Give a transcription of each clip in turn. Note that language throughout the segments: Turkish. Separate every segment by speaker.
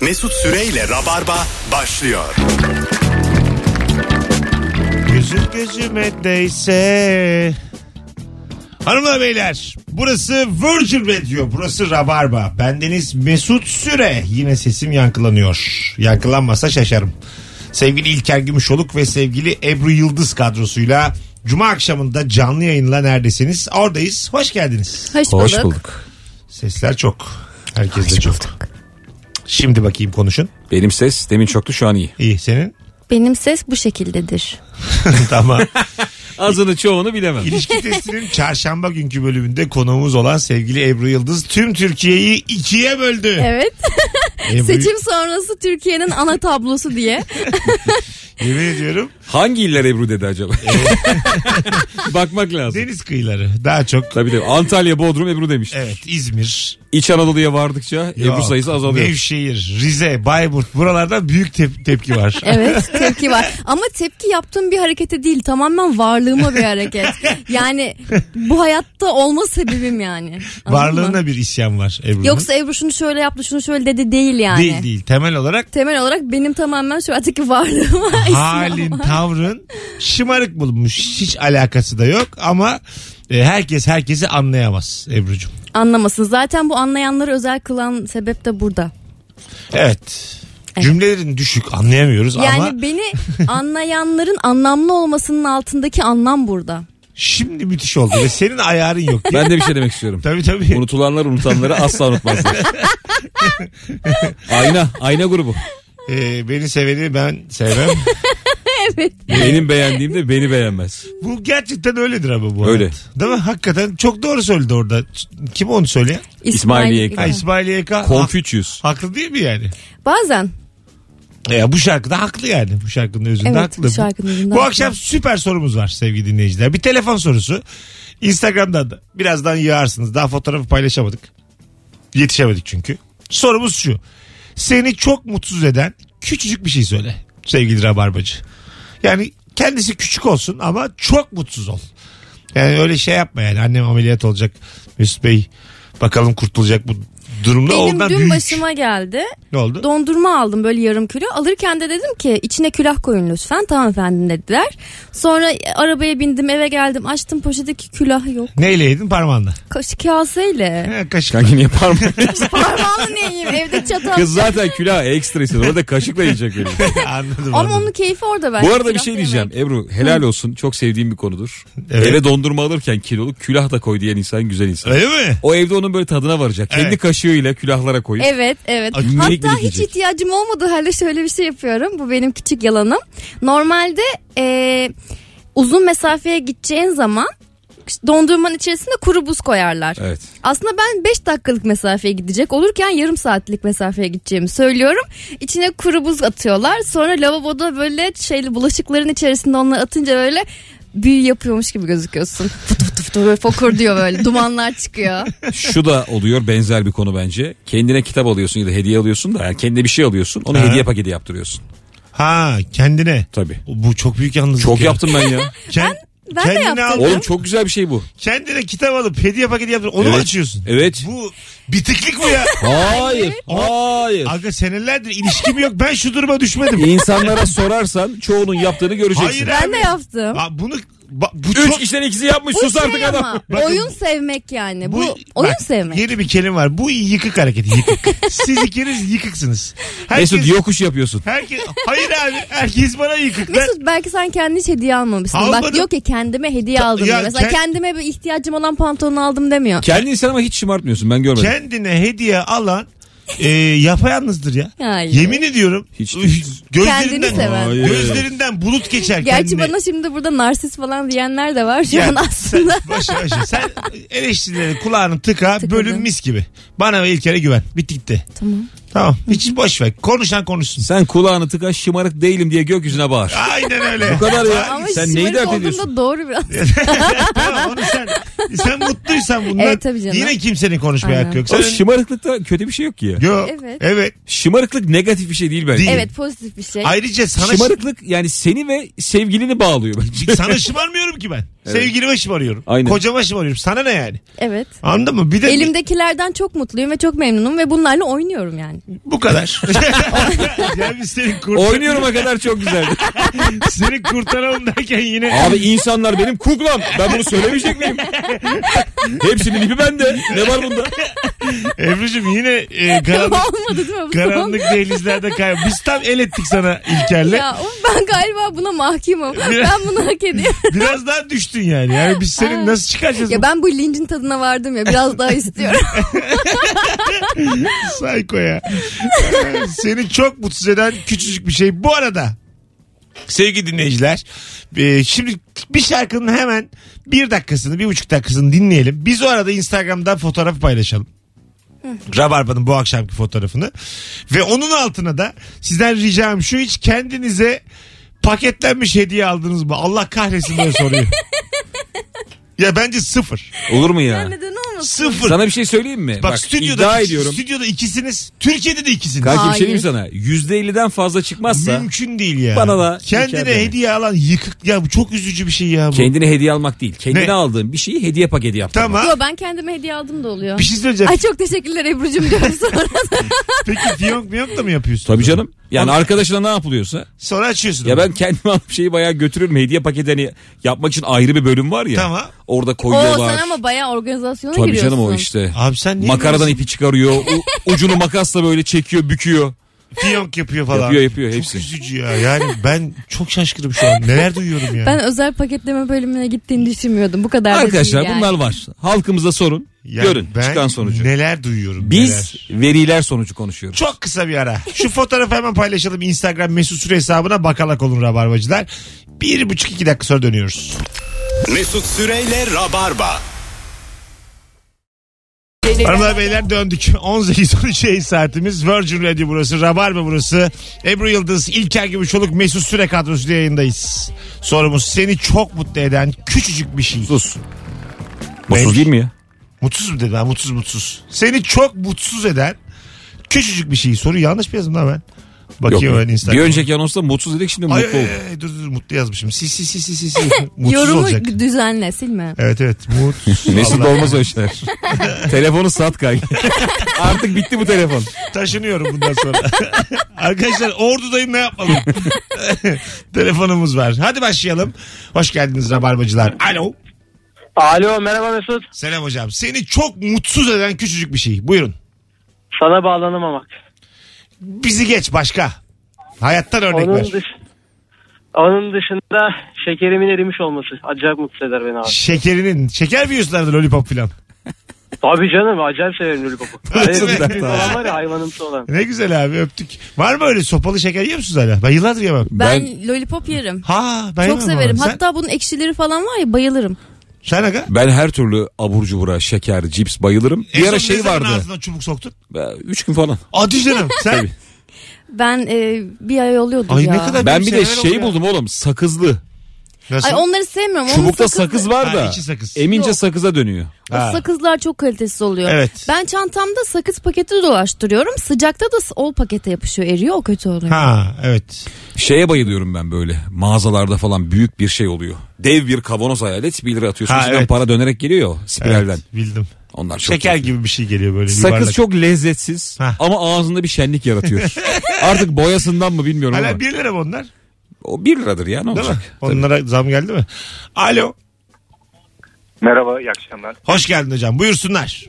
Speaker 1: Mesut Süreyle Rabarba başlıyor.
Speaker 2: Gözüm gözüme değse. Hanımlar beyler burası Virgin Radio burası Rabarba. Bendeniz Mesut Süre yine sesim yankılanıyor. Yankılanmasa şaşarım. Sevgili İlker Gümüşoluk ve sevgili Ebru Yıldız kadrosuyla Cuma akşamında canlı yayınla neredesiniz? Oradayız. Hoş geldiniz.
Speaker 3: Hoş bulduk.
Speaker 4: Hoş bulduk.
Speaker 2: Sesler çok. Herkes de çok. Şimdi bakayım konuşun.
Speaker 4: Benim ses demin çoktu şu an iyi.
Speaker 2: İyi senin.
Speaker 3: Benim ses bu şekildedir.
Speaker 2: tamam.
Speaker 4: Azını çoğunu bilemem.
Speaker 2: İlişki testinin çarşamba günkü bölümünde konuğumuz olan sevgili Ebru Yıldız tüm Türkiye'yi ikiye böldü.
Speaker 3: Evet.
Speaker 2: Ebru,
Speaker 3: Seçim sonrası Türkiye'nin ana tablosu diye.
Speaker 2: Yemin ediyorum
Speaker 4: Hangi iller Ebru dedi acaba? Bakmak lazım.
Speaker 2: deniz kıyıları daha çok.
Speaker 4: Tabii de Antalya, Bodrum Ebru demiş.
Speaker 2: Evet İzmir.
Speaker 4: İç Anadolu'ya vardıkça Ebru
Speaker 2: yok,
Speaker 4: sayısı azalıyor.
Speaker 2: Nevşehir, Rize, Bayburt buralardan büyük tep- tepki var.
Speaker 3: Evet tepki var. Ama tepki yaptığım bir harekete değil tamamen varlığıma bir hareket. Yani bu hayatta olma sebebim yani. Anladın mı?
Speaker 2: Varlığına bir isyan var Ebru'nun.
Speaker 3: Yoksa Ebru şunu şöyle yaptı şunu şöyle dedi değil yani.
Speaker 2: Değil değil temel olarak
Speaker 3: Temel olarak benim tamamen şu andaki varlığıma isyan
Speaker 2: halin
Speaker 3: var.
Speaker 2: tavrın şımarık bulunmuş hiç alakası da yok ama e, herkes herkesi anlayamaz Ebru'cum.
Speaker 3: Anlamasın. Zaten bu anlayanları özel kılan sebep de burada.
Speaker 2: Evet. Cümlelerin düşük anlayamıyoruz
Speaker 3: Yani
Speaker 2: ama
Speaker 3: beni anlayanların anlamlı olmasının altındaki anlam burada.
Speaker 2: şimdi müthiş oldu ve senin ayarın yok.
Speaker 4: Ben de bir şey demek istiyorum.
Speaker 2: tabii tabii.
Speaker 4: Unutulanlar unutanları asla unutmazlar. ayna, ayna grubu.
Speaker 2: Ee, beni seveni ben sevmem.
Speaker 4: Benim beğendiğim de beni beğenmez.
Speaker 2: bu gerçekten öyledir ama bu.
Speaker 4: Öyle.
Speaker 2: hayat. Değil mi? Hakikaten çok doğru söyledi orada. Kim onu söyleyen?
Speaker 4: İsmail
Speaker 2: Ha, İsmail YK. Hak-
Speaker 4: Konfüçyüs.
Speaker 2: haklı değil mi yani?
Speaker 3: Bazen.
Speaker 2: Ya E, bu şarkıda haklı yani. Bu şarkının özünde
Speaker 3: Evet,
Speaker 2: haklı.
Speaker 3: bu şarkının özünde
Speaker 2: bu
Speaker 3: haklı.
Speaker 2: akşam süper sorumuz var sevgili dinleyiciler. Bir telefon sorusu. Instagram'dan da birazdan yığarsınız. Daha fotoğrafı paylaşamadık. Yetişemedik çünkü. Sorumuz şu. Seni çok mutsuz eden küçücük bir şey söyle sevgili Rabarbacı. Yani kendisi küçük olsun ama çok mutsuz ol. Yani öyle şey yapma yani. Annem ameliyat olacak. Mesut Bey bakalım kurtulacak bu durumda.
Speaker 3: Benim
Speaker 2: Ondan
Speaker 3: dün
Speaker 2: büyük.
Speaker 3: başıma geldi.
Speaker 2: Ne oldu?
Speaker 3: Dondurma aldım böyle yarım kilo. Alırken de dedim ki içine külah koyun lütfen. Tamam efendim dediler. Sonra arabaya bindim eve geldim. Açtım poşetteki külah yok.
Speaker 2: Neyle yedin? Parmağınla.
Speaker 3: Kaş, kaseyle.
Speaker 2: He, kaşıkla.
Speaker 4: Kanki niye parmağını?
Speaker 3: Parmağımı neyim evde çatal.
Speaker 4: Kız zaten külahı ekstra istedim. Orada kaşıkla yiyecek beni.
Speaker 2: Anladım.
Speaker 3: Ama
Speaker 2: anladım.
Speaker 3: onun keyfi orada ben.
Speaker 4: Bu arada bir şey diyeceğim. Ebru helal olsun. Çok sevdiğim bir konudur.
Speaker 2: Evet.
Speaker 4: Eve dondurma alırken kiloluk külah da koy diyen insan güzel insan.
Speaker 2: Öyle mi?
Speaker 4: O evde onun böyle tadına varacak.
Speaker 2: Evet.
Speaker 4: Kendi kaşığıyla külahlara koyup.
Speaker 3: Evet evet.
Speaker 4: Ay, minik
Speaker 3: Hatta
Speaker 4: minik
Speaker 3: hiç
Speaker 4: yiyecek.
Speaker 3: ihtiyacım olmadığı halde şöyle bir şey yapıyorum. Bu benim küçük yalanım. Normalde e, uzun mesafeye gideceğin zaman dondurmanın içerisinde kuru buz koyarlar.
Speaker 4: Evet.
Speaker 3: Aslında ben 5 dakikalık mesafeye gidecek olurken yarım saatlik mesafeye gideceğimi söylüyorum. İçine kuru buz atıyorlar. Sonra lavaboda böyle şeyli bulaşıkların içerisinde onları atınca böyle büyü yapıyormuş gibi gözüküyorsun. Fıtı fıtı fıtı böyle fokur diyor böyle dumanlar çıkıyor.
Speaker 4: Şu da oluyor benzer bir konu bence. Kendine kitap alıyorsun ya da hediye alıyorsun da yani kendine bir şey alıyorsun. Onu
Speaker 2: Ha.
Speaker 4: hediye paketi yaptırıyorsun.
Speaker 2: Ha kendine.
Speaker 4: Tabii.
Speaker 2: Bu çok büyük yalnızlık.
Speaker 4: Çok
Speaker 2: ya.
Speaker 4: yaptım ben ya.
Speaker 2: Ken-
Speaker 3: Ben- ben de
Speaker 2: kendine
Speaker 3: yaptım.
Speaker 2: aldın,
Speaker 4: Oğlum çok güzel bir şey bu.
Speaker 2: kendine kitap alıp hediye paketi yaptın. Onu mu
Speaker 4: Evet.
Speaker 2: açıyorsun.
Speaker 4: Evet.
Speaker 2: Bu bitiklik bu ya.
Speaker 4: Hayır. Hayır.
Speaker 2: Aga senelerdir ilişkim yok. Ben şu duruma düşmedim.
Speaker 4: İnsanlara sorarsan çoğunun yaptığını
Speaker 2: Hayır
Speaker 4: göreceksin.
Speaker 3: Ben
Speaker 2: abi.
Speaker 3: de yaptım.
Speaker 2: Aa, bunu ba- bu
Speaker 4: Üç
Speaker 2: çok
Speaker 4: işten ikisi yapmış
Speaker 3: Bu
Speaker 4: sus
Speaker 3: şey
Speaker 4: artık adam.
Speaker 3: ama,
Speaker 2: Bakın-
Speaker 3: oyun sevmek yani. Bu,
Speaker 2: bu-
Speaker 3: oyun
Speaker 2: bak,
Speaker 3: sevmek.
Speaker 2: Yeni bir kelime var. Bu yıkık hareketi. Yıkık. Siz ikiniz yıkıksınız. Herkes,
Speaker 4: Mesut yokuş yapıyorsun.
Speaker 2: herkes, hayır abi. Herkes bana yıkık. Ben-
Speaker 3: Mesut belki sen kendi hiç hediye almamışsın.
Speaker 2: Almadım.
Speaker 3: Bak diyor ki kendime hediye
Speaker 2: Ta-
Speaker 3: aldım.
Speaker 2: ya
Speaker 3: diyor. Mesela
Speaker 2: kend-
Speaker 3: kendime bir ihtiyacım olan pantolonu aldım demiyor.
Speaker 4: Kendi insan ama hiç şımartmıyorsun ben görmedim.
Speaker 2: kendine hediye alan e, yapayalnızdır ya.
Speaker 3: Hayır.
Speaker 2: Yemin ediyorum.
Speaker 4: Hiç
Speaker 2: Üf,
Speaker 4: değil.
Speaker 3: Kendini
Speaker 2: gözlerinden,
Speaker 3: seven.
Speaker 4: Hayır.
Speaker 2: gözlerinden bulut geçer
Speaker 3: Gerçi
Speaker 2: kendine.
Speaker 3: bana şimdi burada narsist falan diyenler de var şu an aslında.
Speaker 2: Sen, başa başa. Sen eleştirilerin kulağını tıka
Speaker 3: Tıkadım.
Speaker 2: bölüm mis gibi. Bana ve İlker'e güven. Bitti gitti.
Speaker 3: Tamam.
Speaker 2: Tamam. Hiç boş ver. Konuşan konuşsun.
Speaker 4: Sen kulağını tıka şımarık değilim diye gökyüzüne bağır.
Speaker 2: Aynen öyle.
Speaker 4: Bu kadar ya.
Speaker 3: Ama
Speaker 4: Sen neyi
Speaker 3: şımarık
Speaker 4: dert
Speaker 3: olduğum da
Speaker 4: ediyorsun?
Speaker 3: doğru biraz.
Speaker 2: tamam onu sen. Sen mutluysan bundan.
Speaker 3: Evet, tabii canım.
Speaker 2: Yine kimsenin konuşmaya
Speaker 3: Aynen.
Speaker 2: hakkı yok.
Speaker 4: O
Speaker 2: Sen,
Speaker 4: şımarıklıkta kötü bir şey yok ki ya.
Speaker 2: yok. Evet.
Speaker 3: Evet.
Speaker 4: Şımarıklık negatif bir şey değil bence.
Speaker 2: Değil.
Speaker 3: evet pozitif bir şey.
Speaker 2: Ayrıca sana
Speaker 4: Şımarıklık yani seni ve sevgilini bağlıyor bence.
Speaker 2: sana şımarmıyorum ki ben. Sevgilime şımarıyorum.
Speaker 4: Aynen.
Speaker 2: Kocama şımarıyorum. Sana ne yani?
Speaker 3: Evet.
Speaker 2: Anladın mı? Bir de
Speaker 3: Elimdekilerden çok mutluyum ve çok memnunum ve bunlarla oynuyorum yani.
Speaker 2: Bu kadar. yani biz seni, kurtar
Speaker 4: Oynuyorum'a kadar çok güzeldi.
Speaker 2: seni kurtaralım derken yine
Speaker 4: Abi insanlar benim kuklam. Ben bunu söylemeyecek miyim? Hepsinin ipi bende. Ne var bunda?
Speaker 2: Ebru'cum yine e, karanlık,
Speaker 3: Olmadı değil mi? Bu
Speaker 2: karanlık dehlizlerde kay. Biz tam el ettik sana İlker'le.
Speaker 3: Ya oğlum ben galiba buna mahkumum.
Speaker 2: Biraz-
Speaker 3: Ben bunu hak ediyorum.
Speaker 2: Biraz daha düştün yani. Yani biz seni nasıl çıkaracağız?
Speaker 3: ya ben bu lincin tadına vardım ya biraz daha istiyorum.
Speaker 2: Sayko ya. Ee, Seni çok mutsuz eden küçücük bir şey. Bu arada sevgili dinleyiciler e, şimdi bir şarkının hemen bir dakikasını bir buçuk dakikasını dinleyelim. Biz o arada Instagram'dan fotoğrafı paylaşalım. Rabarba'nın bu akşamki fotoğrafını. Ve onun altına da sizden ricam şu hiç kendinize paketlenmiş hediye aldınız mı? Allah kahretsin böyle soruyu. ya bence sıfır.
Speaker 4: Olur mu ya?
Speaker 3: Neden olmasın?
Speaker 2: Sıfır.
Speaker 4: Sana bir şey söyleyeyim mi?
Speaker 2: Bak,
Speaker 4: Bak,
Speaker 2: stüdyoda, şey-
Speaker 4: iddia ediyorum.
Speaker 2: stüdyoda ikisiniz. Türkiye'de de ikisiniz.
Speaker 4: Kanki bir şey diyeyim
Speaker 3: Hayır.
Speaker 4: sana. %50'den fazla çıkmazsa
Speaker 2: Mümkün değil ya.
Speaker 4: Bana da
Speaker 2: Kendine
Speaker 4: hikaye
Speaker 2: hediye alan yıkık ya bu çok üzücü bir şey ya bu.
Speaker 4: kendine hediye almak değil. Kendine
Speaker 2: Ne?
Speaker 4: aldığın bir şeyi hediye paketi yap.
Speaker 2: Tamam.
Speaker 3: Yo ben kendime hediye aldım da oluyor.
Speaker 2: Bir şey söyleyeceğim.
Speaker 3: Ay çok teşekkürler Ebru'cum diyorum sonra.
Speaker 2: Peki fiyonk miyonk da mı yapıyorsun?
Speaker 4: Tabii canım. Yani arkadaşına ne yapılıyorsa.
Speaker 2: Sonra açıyorsun.
Speaker 4: Ya
Speaker 2: onu.
Speaker 4: ben kendime alıp şeyi bayağı götürürüm. Hediye paketi hani yapmak için ayrı bir bölüm var ya.
Speaker 2: Tamam.
Speaker 4: Orada
Speaker 3: Oo
Speaker 4: koyuyorlar.
Speaker 3: sen ama bayağı organizasyona
Speaker 4: Tabii
Speaker 3: giriyorsun.
Speaker 4: canım o işte.
Speaker 2: Abi sen niye
Speaker 4: Makaradan
Speaker 2: böyle
Speaker 4: ipi çıkarıyor. u- ucunu makasla böyle çekiyor, büküyor.
Speaker 2: fiyonk yapıyor falan.
Speaker 4: Yapıyor, yapıyor
Speaker 2: çok
Speaker 4: hepsi.
Speaker 2: üzücü ya. Yani ben çok şaşkınım şu an. Neler duyuyorum ya.
Speaker 3: Ben özel paketleme bölümüne gittiğini düşünmüyordum. Bu kadar da değil
Speaker 4: Arkadaşlar
Speaker 3: yani.
Speaker 4: bunlar var. Halkımıza sorun.
Speaker 2: Ya
Speaker 4: Görün
Speaker 2: ben
Speaker 4: çıkan sonucu.
Speaker 2: Neler duyuyorum.
Speaker 4: Biz
Speaker 2: neler.
Speaker 4: veriler sonucu konuşuyoruz.
Speaker 2: Çok kısa bir ara. Şu fotoğrafı hemen paylaşalım. Instagram mesut süre hesabına bakalak olun rabarbacılar. Bir buçuk iki dakika sonra dönüyoruz.
Speaker 1: Mesut Süreyle Rabarba.
Speaker 2: Hanımlar beyler döndük. 18-13 yayın saatimiz. Virgin Radio burası. Rabarba burası. Ebru Yıldız, İlker Gümüşoluk, Mesut Süre kadrosuyla yayındayız. Sorumuz seni çok mutlu eden küçücük bir şey.
Speaker 4: Mutsuz.
Speaker 2: Belki-
Speaker 4: Mutsuz değil mi ya?
Speaker 2: Mutsuz mu dedi? Ha, mutsuz mutsuz. Seni çok mutsuz eden küçücük bir şey. Soru yanlış mı yazdım lan ben?
Speaker 4: Yok.
Speaker 2: Bakayım ben
Speaker 4: Bir
Speaker 2: Instagram'a.
Speaker 4: önceki anonsta mutsuz dedik şimdi
Speaker 2: Ay,
Speaker 4: mutlu
Speaker 2: ay,
Speaker 4: olduk.
Speaker 2: ay, dur dur mutlu yazmışım. Si si si si si. si. mutsuz
Speaker 3: Yorumu
Speaker 2: olacak.
Speaker 3: düzenle silme.
Speaker 2: Evet evet. Mutsuz.
Speaker 4: Mesut
Speaker 2: Allah.
Speaker 4: olmaz o işler. Telefonu sat kanka. Artık bitti bu telefon.
Speaker 2: Taşınıyorum bundan sonra. Arkadaşlar ordudayım ne yapalım? Telefonumuz var. Hadi başlayalım. Hoş geldiniz Rabarbacılar. Alo.
Speaker 5: Alo merhaba Mesut.
Speaker 2: Selam hocam. Seni çok mutsuz eden küçücük bir şey. Buyurun.
Speaker 5: Sana bağlanamamak.
Speaker 2: Bizi geç başka. Hayattan örnek
Speaker 5: Onun,
Speaker 2: ver.
Speaker 5: dış, onun dışında şekerimin erimiş olması acayip mutsuz eder beni abi.
Speaker 2: Şekerinin. Şeker mi yiyorsunlardı lollipop filan?
Speaker 5: Tabii canım acayip severim lollipopu.
Speaker 4: Nasıl
Speaker 5: Hayır,
Speaker 4: derdi
Speaker 5: bir
Speaker 4: abi?
Speaker 5: olan var ya hayvanımsı olan.
Speaker 2: Ne güzel abi öptük. Var mı öyle sopalı şeker yiyor musunuz hala? Ben yıllardır yemem.
Speaker 3: Ben,
Speaker 4: Ben-
Speaker 3: lollipop yerim.
Speaker 2: Ha ben
Speaker 3: çok
Speaker 2: yemem
Speaker 3: severim.
Speaker 2: ama. Sen,
Speaker 3: Hatta bunun ekşileri falan var ya bayılırım.
Speaker 2: sen aga?
Speaker 4: Ben her türlü abur cubura, şeker, cips bayılırım.
Speaker 2: En
Speaker 4: Bir
Speaker 2: son
Speaker 4: ara
Speaker 2: ne
Speaker 4: şey
Speaker 2: zaman
Speaker 4: vardı.
Speaker 2: Ağzına çubuk soktun.
Speaker 4: Ben- Üç gün falan.
Speaker 2: Hadi canım sen.
Speaker 4: Tabii.
Speaker 3: Ben e, bir ay oluyordum
Speaker 2: Ay
Speaker 3: ya.
Speaker 2: ne kadar
Speaker 4: Ben bir
Speaker 2: Benim
Speaker 4: de
Speaker 2: sever
Speaker 4: şey
Speaker 2: oluyor.
Speaker 4: buldum oğlum sakızlı.
Speaker 2: Nasıl?
Speaker 3: Ay onları sevmiyorum. Onun
Speaker 4: Çubukta
Speaker 3: sakızı-
Speaker 4: sakız var
Speaker 2: Ha,
Speaker 4: da.
Speaker 2: içi sakız.
Speaker 4: Emince
Speaker 3: Yok.
Speaker 4: sakıza dönüyor.
Speaker 3: O
Speaker 2: Ha.
Speaker 3: sakızlar çok kalitesiz oluyor.
Speaker 2: Evet.
Speaker 3: Ben çantamda sakız paketi dolaştırıyorum. Sıcakta da o pakete yapışıyor, eriyor. O kötü oluyor.
Speaker 2: Ha evet.
Speaker 4: Şeye bayılıyorum ben böyle. Mağazalarda falan büyük bir şey oluyor. Dev bir kavanoz hayal et. 1 lira atıyorsun.
Speaker 2: Ha,
Speaker 4: içinden
Speaker 2: evet.
Speaker 4: para dönerek geliyor ya, spiralden.
Speaker 2: Evet, bildim.
Speaker 4: Onlar çok
Speaker 2: Şeker
Speaker 4: keyifli.
Speaker 2: gibi bir şey geliyor böyle yuvarlak.
Speaker 4: Sakız çok lezzetsiz
Speaker 2: Ha.
Speaker 4: ama ağzında bir şenlik yaratıyor. Artık boyasından mı bilmiyorum ama.
Speaker 2: Hala 1 lira mı onlar?
Speaker 4: O 1 liradır ya ne
Speaker 2: Değil mi?
Speaker 4: olacak? Tabii.
Speaker 2: Onlara zam geldi mi? Alo.
Speaker 6: Merhaba, iyi akşamlar.
Speaker 2: Hoş geldin hocam. Buyursunlar.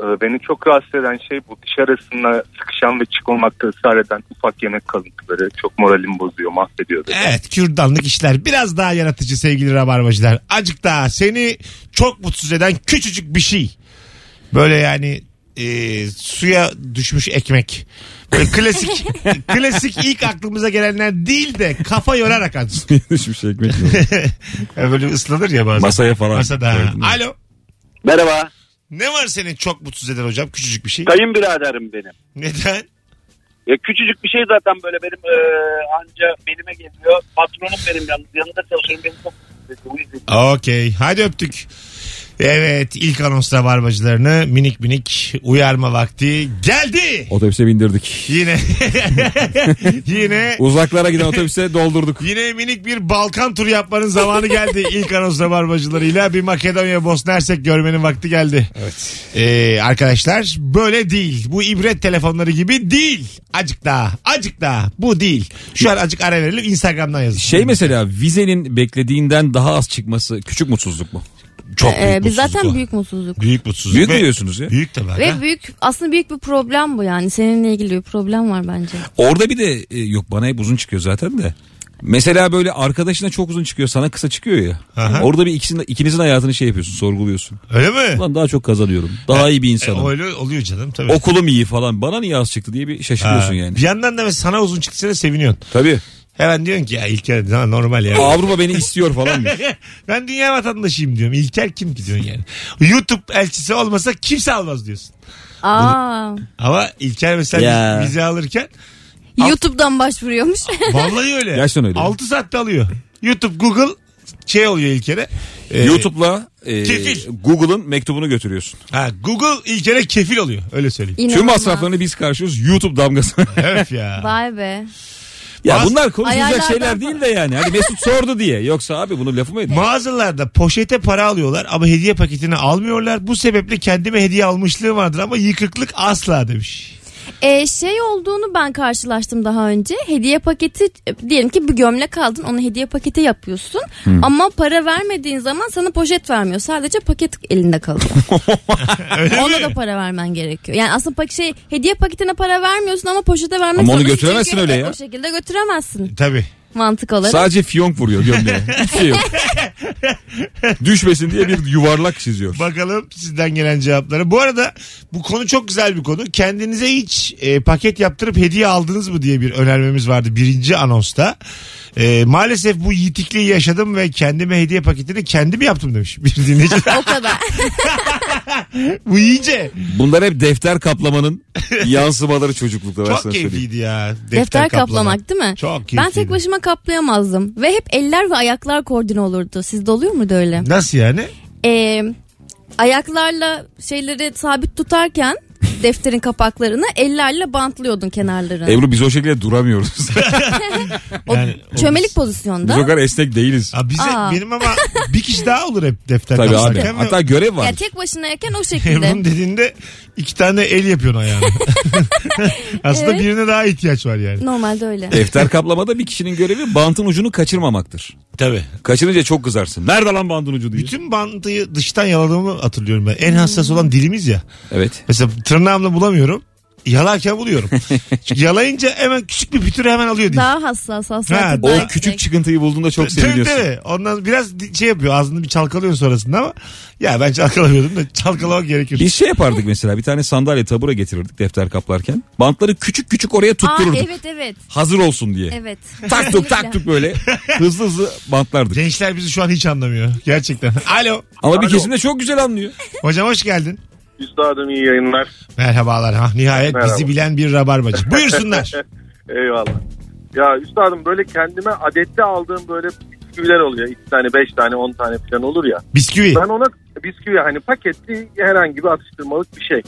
Speaker 6: Ee, Beni çok rahatsız eden şey bu diş arasında sıkışan ve çıkılmakta ısrar eden ufak yemek kalıntıları. Çok moralim bozuyor, mahvediyor. beni.
Speaker 2: Evet kürdanlık işler. Biraz daha yaratıcı sevgili rabarbacılar. Acık daha seni çok mutsuz eden küçücük bir şey. Böyle yani e, suya düşmüş ekmek. Böyle klasik klasik ilk aklımıza gelenler değil de kafa yorarak acı.
Speaker 4: Düşmüş şey ekmek yiyor.
Speaker 2: Böyle ıslanır ya bazen.
Speaker 4: Masaya falan.
Speaker 2: Masada.
Speaker 4: koydum.
Speaker 2: Alo.
Speaker 7: Merhaba.
Speaker 2: Ne var senin çok mutsuz eden hocam küçücük bir şey?
Speaker 7: Kayınbiraderim benim.
Speaker 2: Neden?
Speaker 7: Ya küçücük bir şey zaten böyle benim e, anca benime geliyor. Patronum benim yalnız. Yanında çalışıyorum. Beni çok
Speaker 2: Okey. Hadi öptük. Evet ilk anons rabarbacılarını minik minik uyarma vakti geldi.
Speaker 4: Otobüse bindirdik.
Speaker 2: Yine yine
Speaker 4: Uzaklara giden otobüse doldurduk.
Speaker 2: yine minik bir Balkan turu yapmanın zamanı geldi ilk anons rabarbacılarıyla. Bir Makedonya Bosna Hersek görmenin vakti geldi.
Speaker 4: Evet.
Speaker 2: Ee, arkadaşlar böyle değil. Bu ibret telefonları gibi değil. Acık daha acık daha bu değil. Şu an acık ara verelim Instagram'dan yazın.
Speaker 4: Şey mesela vizenin beklediğinden daha az çıkması küçük mutsuzluk mu?
Speaker 2: Çok büyük
Speaker 3: Ee, biz zaten
Speaker 2: mutsuzluk o.
Speaker 3: büyük mutsuzluk.
Speaker 2: Büyük mutsuzluk.
Speaker 4: Büyük
Speaker 2: ve-
Speaker 4: mü diyorsunuz ya?
Speaker 2: Büyük tabii.
Speaker 3: Ve
Speaker 2: aga.
Speaker 3: büyük aslında büyük bir problem bu yani. Seninle ilgili bir problem var bence.
Speaker 4: Orada bir de e, yok bana hep uzun çıkıyor zaten de. Mesela böyle arkadaşına çok uzun çıkıyor sana kısa çıkıyor ya.
Speaker 2: Aha.
Speaker 4: Orada bir ikisinin, ikinizin hayatını şey yapıyorsun sorguluyorsun.
Speaker 2: Öyle mi?
Speaker 4: Ulan daha çok kazanıyorum. Daha iyi bir
Speaker 2: E,
Speaker 4: insanım.
Speaker 2: öyle oluyor canım tabii.
Speaker 4: Okulum iyi falan. Bana niye az çıktı diye bir şaşırıyorsun
Speaker 2: Ha,
Speaker 4: yani.
Speaker 2: Bir yandan da mesela sana uzun çıksa da seviniyorsun.
Speaker 4: Tabii.
Speaker 2: Hemen diyorsun ki ya İlker ha, normal ya.
Speaker 4: Avrupa beni istiyor falan. diyor.
Speaker 2: ben dünya vatandaşıyım diyorum. İlker kim ki diyorsun yani. YouTube elçisi olmasa kimse almaz diyorsun.
Speaker 3: Aa,
Speaker 2: Ama İlker mesela
Speaker 4: Ya.
Speaker 2: biz- vize alırken
Speaker 3: YouTube'dan başvuruyormuş.
Speaker 2: vallahi öyle.
Speaker 4: Gerçekten öyle.
Speaker 2: 6 saatte alıyor. YouTube, Google şey oluyor İlker'e. Ee,
Speaker 4: YouTube'la e,
Speaker 2: Kefil.
Speaker 4: Google'ın mektubunu götürüyorsun.
Speaker 2: Ha, Google İlker'e kefil oluyor. Öyle söyleyeyim.
Speaker 4: Tüm
Speaker 3: İnanılmaz.
Speaker 4: masraflarını biz karşılıyoruz. YouTube damgası.
Speaker 2: evet ya.
Speaker 3: Vay be.
Speaker 4: ya
Speaker 2: Baz-
Speaker 4: bunlar konuşulacak
Speaker 3: Ayarlardan
Speaker 4: şeyler
Speaker 3: falan.
Speaker 4: değil de yani. Hani Mesut sordu diye. Yoksa abi bunu lafı mı edin?
Speaker 2: Mağazalarda poşete para alıyorlar ama hediye paketini almıyorlar. Bu sebeple kendime hediye almışlığım vardır ama yıkıklık asla demiş.
Speaker 3: Ee, şey olduğunu ben karşılaştım daha önce. Hediye paketi e, diyelim ki bir gömlek aldın onu hediye paketi yapıyorsun. Ama para vermediğin zaman sana poşet vermiyor. Sadece paket elinde kalıyor.
Speaker 2: Öyle
Speaker 3: Ona
Speaker 2: mi?
Speaker 3: da para vermen gerekiyor. Yani aslında pak şey hediye paketine para vermiyorsun ama poşete vermek
Speaker 4: Ama onu
Speaker 3: zorundasın.
Speaker 4: götüremezsin
Speaker 3: Çünkü
Speaker 4: öyle ya.
Speaker 3: O şekilde götüremezsin
Speaker 2: Tabii.
Speaker 3: mantık olarak.
Speaker 4: Sadece fiyonk vuruyor gömleğe. Hiç şey yok. Düşmesin diye bir yuvarlak çiziyor.
Speaker 2: Bakalım sizden gelen cevapları. Bu arada bu konu çok güzel bir konu. Kendinize hiç e, paket yaptırıp hediye aldınız mı diye bir önermemiz vardı birinci anonsta. E, maalesef bu yitikliği yaşadım ve kendime hediye paketini kendim yaptım demiş bir dinleyici.
Speaker 3: O kadar.
Speaker 2: bu iyice.
Speaker 4: Bunlar hep defter kaplamanın yansımaları çocuklukta. ben
Speaker 2: Çok
Speaker 4: sana söyleyeyim.
Speaker 2: keyifliydi ya.
Speaker 3: Defter kaplamak değil mi?
Speaker 2: Çok
Speaker 3: ben
Speaker 2: keyifliydi.
Speaker 3: tek başıma kaplayamazdım. Ve hep eller ve ayaklar koordine olurdu. Sizde oluyor muydu öyle?
Speaker 2: Nasıl yani?
Speaker 3: Ee, ayaklarla şeyleri sabit tutarken defterin kapaklarını ellerle bantlıyordun kenarlarını.
Speaker 4: Ebru biz o şekilde duramıyoruz.
Speaker 3: o
Speaker 2: Yani o-
Speaker 3: çömelik
Speaker 4: biz
Speaker 3: pozisyonda.
Speaker 4: o kadar esnek değiliz.
Speaker 2: Aa, bize,
Speaker 3: Aa.
Speaker 2: benim ama bir kişi daha olur hep defter
Speaker 4: Tabii abi.
Speaker 2: kaplarken. ve-
Speaker 4: Hatta görev var.
Speaker 3: Ya tek başınayken o şekilde.
Speaker 2: Ebru'nun dediğinde iki tane el yapıyorsun ayağına. Aslında
Speaker 3: Evet.
Speaker 2: birine daha ihtiyaç var yani.
Speaker 3: Normalde öyle.
Speaker 4: Defter kaplamada bir kişinin görevi bantın ucunu kaçırmamaktır.
Speaker 2: Tabii.
Speaker 4: Kaçırınca çok kızarsın. Nerede lan bandın ucu diye.
Speaker 2: Bütün bantıyı dıştan yaladığımı hatırlıyorum ben. En hassas olan dilimiz ya.
Speaker 4: Evet.
Speaker 2: Mesela tırnağımla bulamıyorum. Yalarken buluyorum. Çünkü yalayınca hemen küçük bir pütürü hemen alıyor dil.
Speaker 3: Daha hassas hassas.
Speaker 2: Ha,
Speaker 3: daha
Speaker 4: O
Speaker 2: Daha-
Speaker 4: küçük çıkıntıyı bulduğunda çok
Speaker 2: Tabii,
Speaker 4: seviniyorsun.
Speaker 2: tabii. Ondan biraz şey yapıyor ağzını bir çalkalıyor sonrasında ama ya ben çalkalamıyordum da çalkalamak gerekir.
Speaker 4: Biz şey yapardık mesela bir tane sandalye tabura getirirdik defter kaplarken. Bantları küçük küçük oraya
Speaker 3: Aa,
Speaker 4: tuttururduk.
Speaker 3: evet evet.
Speaker 4: Hazır olsun diye.
Speaker 3: Evet.
Speaker 4: Taktuk
Speaker 3: Kesinlikle.
Speaker 4: taktuk böyle hızlı hızlı bantlardık.
Speaker 2: Gençler bizi şu an hiç anlamıyor. Gerçekten. Alo.
Speaker 4: Ama bir kesimde çok güzel anlıyor.
Speaker 2: Hocam hoş geldin.
Speaker 6: Üstadım iyi yayınlar.
Speaker 2: Merhabalar. Ha, nihayet
Speaker 6: Merhaba.
Speaker 2: bizi bilen bir rabarbacı. Buyursunlar.
Speaker 6: Eyvallah. Ya üstadım böyle kendime adette aldığım böyle bisküviler oluyor. 2 tane, 5 tane, 10 tane falan olur ya.
Speaker 2: Bisküvi.
Speaker 6: Ben ona bisküvi hani paketli herhangi bir atıştırmalık bir şey.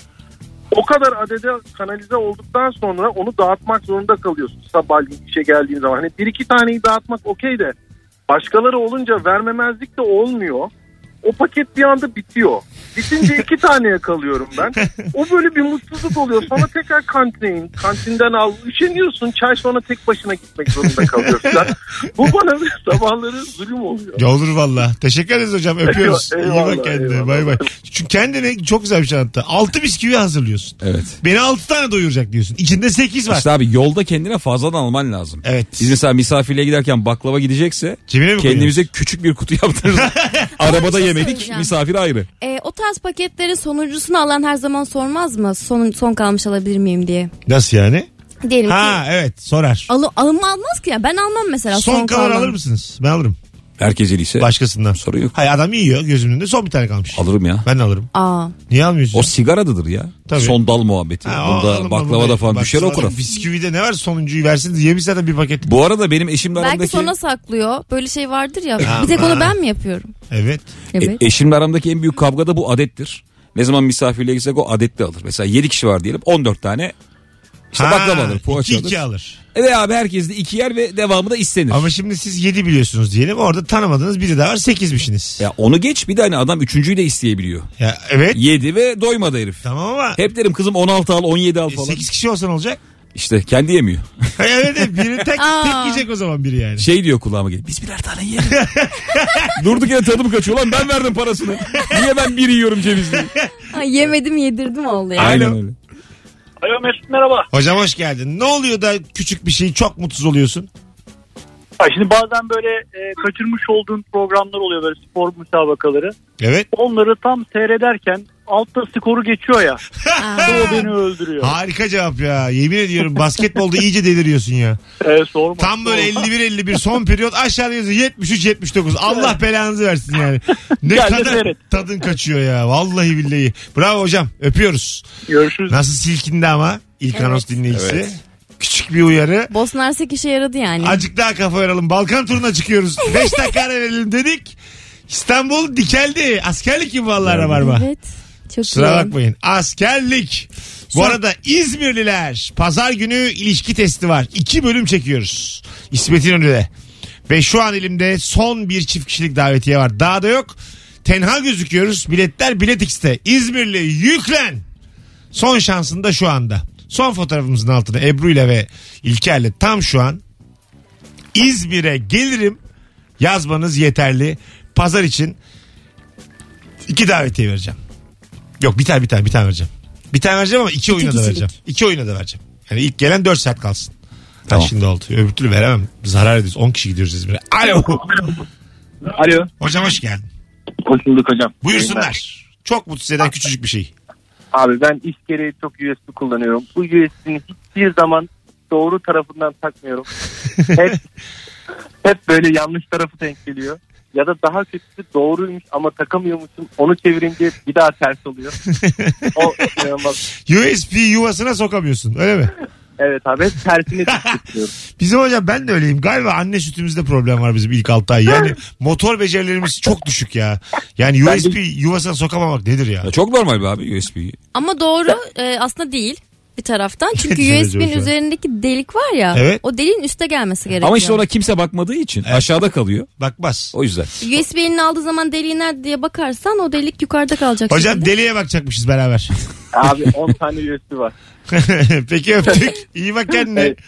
Speaker 6: O kadar adede kanalize olduktan sonra onu dağıtmak zorunda kalıyorsun sabahleyin işe geldiğin zaman. Hani bir iki taneyi dağıtmak okey de başkaları olunca vermemezlik de olmuyor. O paket bir anda bitiyor. Bitince iki taneye kalıyorum ben. O böyle bir mutsuzluk oluyor. Sonra tekrar kantin, kantinden al. Üşeniyorsun. Çay sonra tek başına gitmek zorunda kalıyorsun. Bu bana sabahları zulüm oluyor.
Speaker 2: Ya olur valla. Teşekkür ederiz hocam. Öpüyoruz.
Speaker 6: Eyvallah,
Speaker 2: İyi bak kendine.
Speaker 6: eyvallah.
Speaker 2: Bay bay. Çünkü kendine çok güzel bir şey anlattı. 6 bisküvi hazırlıyorsun.
Speaker 4: Evet.
Speaker 2: Beni 6 tane doyuracak diyorsun. İçinde 8 var.
Speaker 4: İşte abi yolda kendine fazladan alman lazım.
Speaker 2: Evet.
Speaker 4: Biz mesela misafirliğe giderken baklava gidecekse
Speaker 2: Cebine mi
Speaker 4: kendimize küçük bir kutu yaptırırız. Arabada
Speaker 3: şey
Speaker 4: yemedik
Speaker 3: söyleyeceğim.
Speaker 4: misafir ayrı.
Speaker 3: Ee, o tarz paketlerin sonuncusunu alan her zaman sormaz mı? Son, son kalmış alabilir miyim diye.
Speaker 2: koyuyorsun? Nasıl yani?
Speaker 3: Diyelim ki
Speaker 2: Ha evet sorar.
Speaker 3: Alı, alınma almaz ki ya. Ben almam mesela.
Speaker 2: Son kalan
Speaker 3: kalan.
Speaker 2: alır mısınız? Ben alırım.
Speaker 4: Herkes eliyse
Speaker 2: Başkasından.
Speaker 4: Sorun yok.
Speaker 2: Hayır adam yiyor gözümün önünde son bir tane kalmış.
Speaker 4: alırım ya.
Speaker 2: Ben de alırım.
Speaker 3: Aa.
Speaker 2: Niye almıyorsun?
Speaker 4: O sigaradadır ya.
Speaker 2: Tabii.
Speaker 4: Son dal muhabbeti.
Speaker 2: Ha, o
Speaker 4: Bunda
Speaker 2: alırım
Speaker 4: baklava da
Speaker 2: alırım.
Speaker 4: falan
Speaker 2: Bak,
Speaker 4: bir şeyler
Speaker 2: sonra şey-
Speaker 4: okurum.
Speaker 2: Bisküvide ne var sonuncuyu versin yemiş zaten bir paket.
Speaker 4: Bu arada benim eşimle
Speaker 3: Belki
Speaker 4: aramdaki
Speaker 3: sonra saklıyor. Böyle şey vardır ya.
Speaker 2: Aman.
Speaker 3: Bir tek onu ben mi yapıyorum?
Speaker 2: Evet.
Speaker 3: Evet.
Speaker 4: e, eşimle aramdaki en büyük kavga da bu adettir. Ne zaman misafirliğe gitsek o adette alır. Mesela 7 kişi var diyelim 14 tane işte baklava alır, poğaça
Speaker 2: iki,
Speaker 4: alır.
Speaker 2: iki alır.
Speaker 4: E Ve abi herkes de iki yer ve devamı da istenir.
Speaker 2: Ama şimdi siz 7 biliyorsunuz diyelim. Orada tanımadığınız biri daha var 8'mişsiniz. Ya.
Speaker 4: Ya onu geç bir de hani adam üçüncüyü de isteyebiliyor.
Speaker 2: evet.
Speaker 4: Yedi ve doymadı herif.
Speaker 2: Tamam ama
Speaker 7: e,
Speaker 4: Hep derim kızım 16 al 17 al falan.
Speaker 2: 8 kişi olsan olacak.
Speaker 4: İşte kendi yemiyor.
Speaker 2: evet evet, biri tek, tek
Speaker 3: Aa.
Speaker 2: yiyecek o zaman biri yani.
Speaker 4: Şey diyor kulağıma gelip biz birer tane yiyelim. Durduk yere tadım kaçıyor lan ben verdim parasını. Niye ben bir yiyorum cevizli?
Speaker 3: Ha, yemedim yedirdim oldu ya.
Speaker 2: Aynen
Speaker 4: Aynen
Speaker 2: Alo.
Speaker 4: öyle.
Speaker 7: Alo Mesut merhaba.
Speaker 2: Hocam hoş geldin. Ne oluyor da küçük bir şey çok mutsuz oluyorsun?
Speaker 7: Ay şimdi bazen böyle e, kaçırmış olduğun programlar oluyor böyle spor müsabakaları.
Speaker 2: Evet.
Speaker 7: Onları tam seyrederken altta skoru geçiyor ya.
Speaker 3: Aa.
Speaker 7: O beni öldürüyor.
Speaker 2: Harika cevap ya. Yemin ediyorum basketbolda iyice deliriyorsun ya.
Speaker 7: E, sorma.
Speaker 2: Tam böyle 51-51 son periyot aşağıda yazıyor 73-79. Allah belanızı versin yani. Ne
Speaker 7: Gel de
Speaker 2: kadar
Speaker 7: seyret.
Speaker 2: tadın kaçıyor ya. Vallahi billahi. Bravo hocam öpüyoruz.
Speaker 7: Görüşürüz.
Speaker 2: Nasıl silkindi ama ilk
Speaker 3: Evet.
Speaker 2: anons dinleyicisi. Küçük bir uyarı.
Speaker 3: Bosna Hersek işe yaradı yani.
Speaker 2: Azıcık daha kafa yoralım. Balkan turuna çıkıyoruz. 5 dakika ara verelim dedik. İstanbul dikeldi. Askerlik gibi vallahi rabarba.
Speaker 3: Evet. Çok
Speaker 2: Sıra
Speaker 3: iyi.
Speaker 2: bakmayın. Askerlik. Bu
Speaker 3: Şu-
Speaker 2: arada İzmirliler pazar günü ilişki testi var. İki bölüm çekiyoruz. İsmet İnönü'de. Ve şu an elimde son bir çift kişilik davetiye var. Daha da yok. Tenha gözüküyoruz. Biletler Bilet X'te. İzmirli yüklen. Son şansın da şu anda. Son fotoğrafımızın altına Ebru'yla ve İlker'le tam şu an. İzmir'e gelirim. Yazmanız yeterli. Pazar için iki davetiye vereceğim. Yok bir tane bir tane bir tane vereceğim. Bir tane vereceğim ama iki, oyuna da
Speaker 3: kişilik.
Speaker 2: vereceğim. İki oyuna da vereceğim. Yani ilk gelen dört saat kalsın. Ha
Speaker 4: Tamam.
Speaker 2: şimdi oldu. Öbür türlü veremem. Zarar ediyoruz. 10 kişi gidiyoruz İzmir'e. Alo.
Speaker 7: Alo.
Speaker 2: Hocam hoş geldin.
Speaker 6: Hoş bulduk hocam.
Speaker 2: Buyursunlar. Çok mutsuz eden küçücük bir şey.
Speaker 6: Abi ben iş gereği çok USB kullanıyorum. Bu USB'ni hiçbir zaman doğru tarafından takmıyorum. hep, hep böyle yanlış tarafı denk geliyor. Ya da daha kötüsü doğruymuş ama takamıyormuşum. Onu çevirince bir daha ters oluyor. o inanılmaz.
Speaker 2: USB yuvasına sokamıyorsun öyle mi?
Speaker 6: Evet abi hep tersini tutuyorum.
Speaker 2: Bizim hocam ben de öyleyim. Galiba anne sütümüzde problem var bizim ilk 6 ay. Yani motor becerilerimiz çok düşük ya. Yani USB yuvasına sokamamak nedir ya?
Speaker 4: Ya çok normal be abi USB'yi.
Speaker 3: Ama doğru e, aslında değil bir taraftan. Çünkü
Speaker 2: Güzel
Speaker 3: USB'nin
Speaker 2: hocam.
Speaker 3: üzerindeki delik var ya.
Speaker 2: Evet.
Speaker 3: O deliğin üste gelmesi gerekiyor.
Speaker 4: Ama işte ona kimse bakmadığı için aşağıda kalıyor.
Speaker 2: Bakmaz.
Speaker 4: O yüzden.
Speaker 3: USB'nin aldığı zaman deliği nerede diye bakarsan o delik yukarıda kalacak.
Speaker 2: Hocam
Speaker 3: şekilde.
Speaker 2: deliye bakacakmışız beraber.
Speaker 6: Abi 10 tane USB var.
Speaker 2: Peki öptük. İyi bak kendine.
Speaker 6: Evet.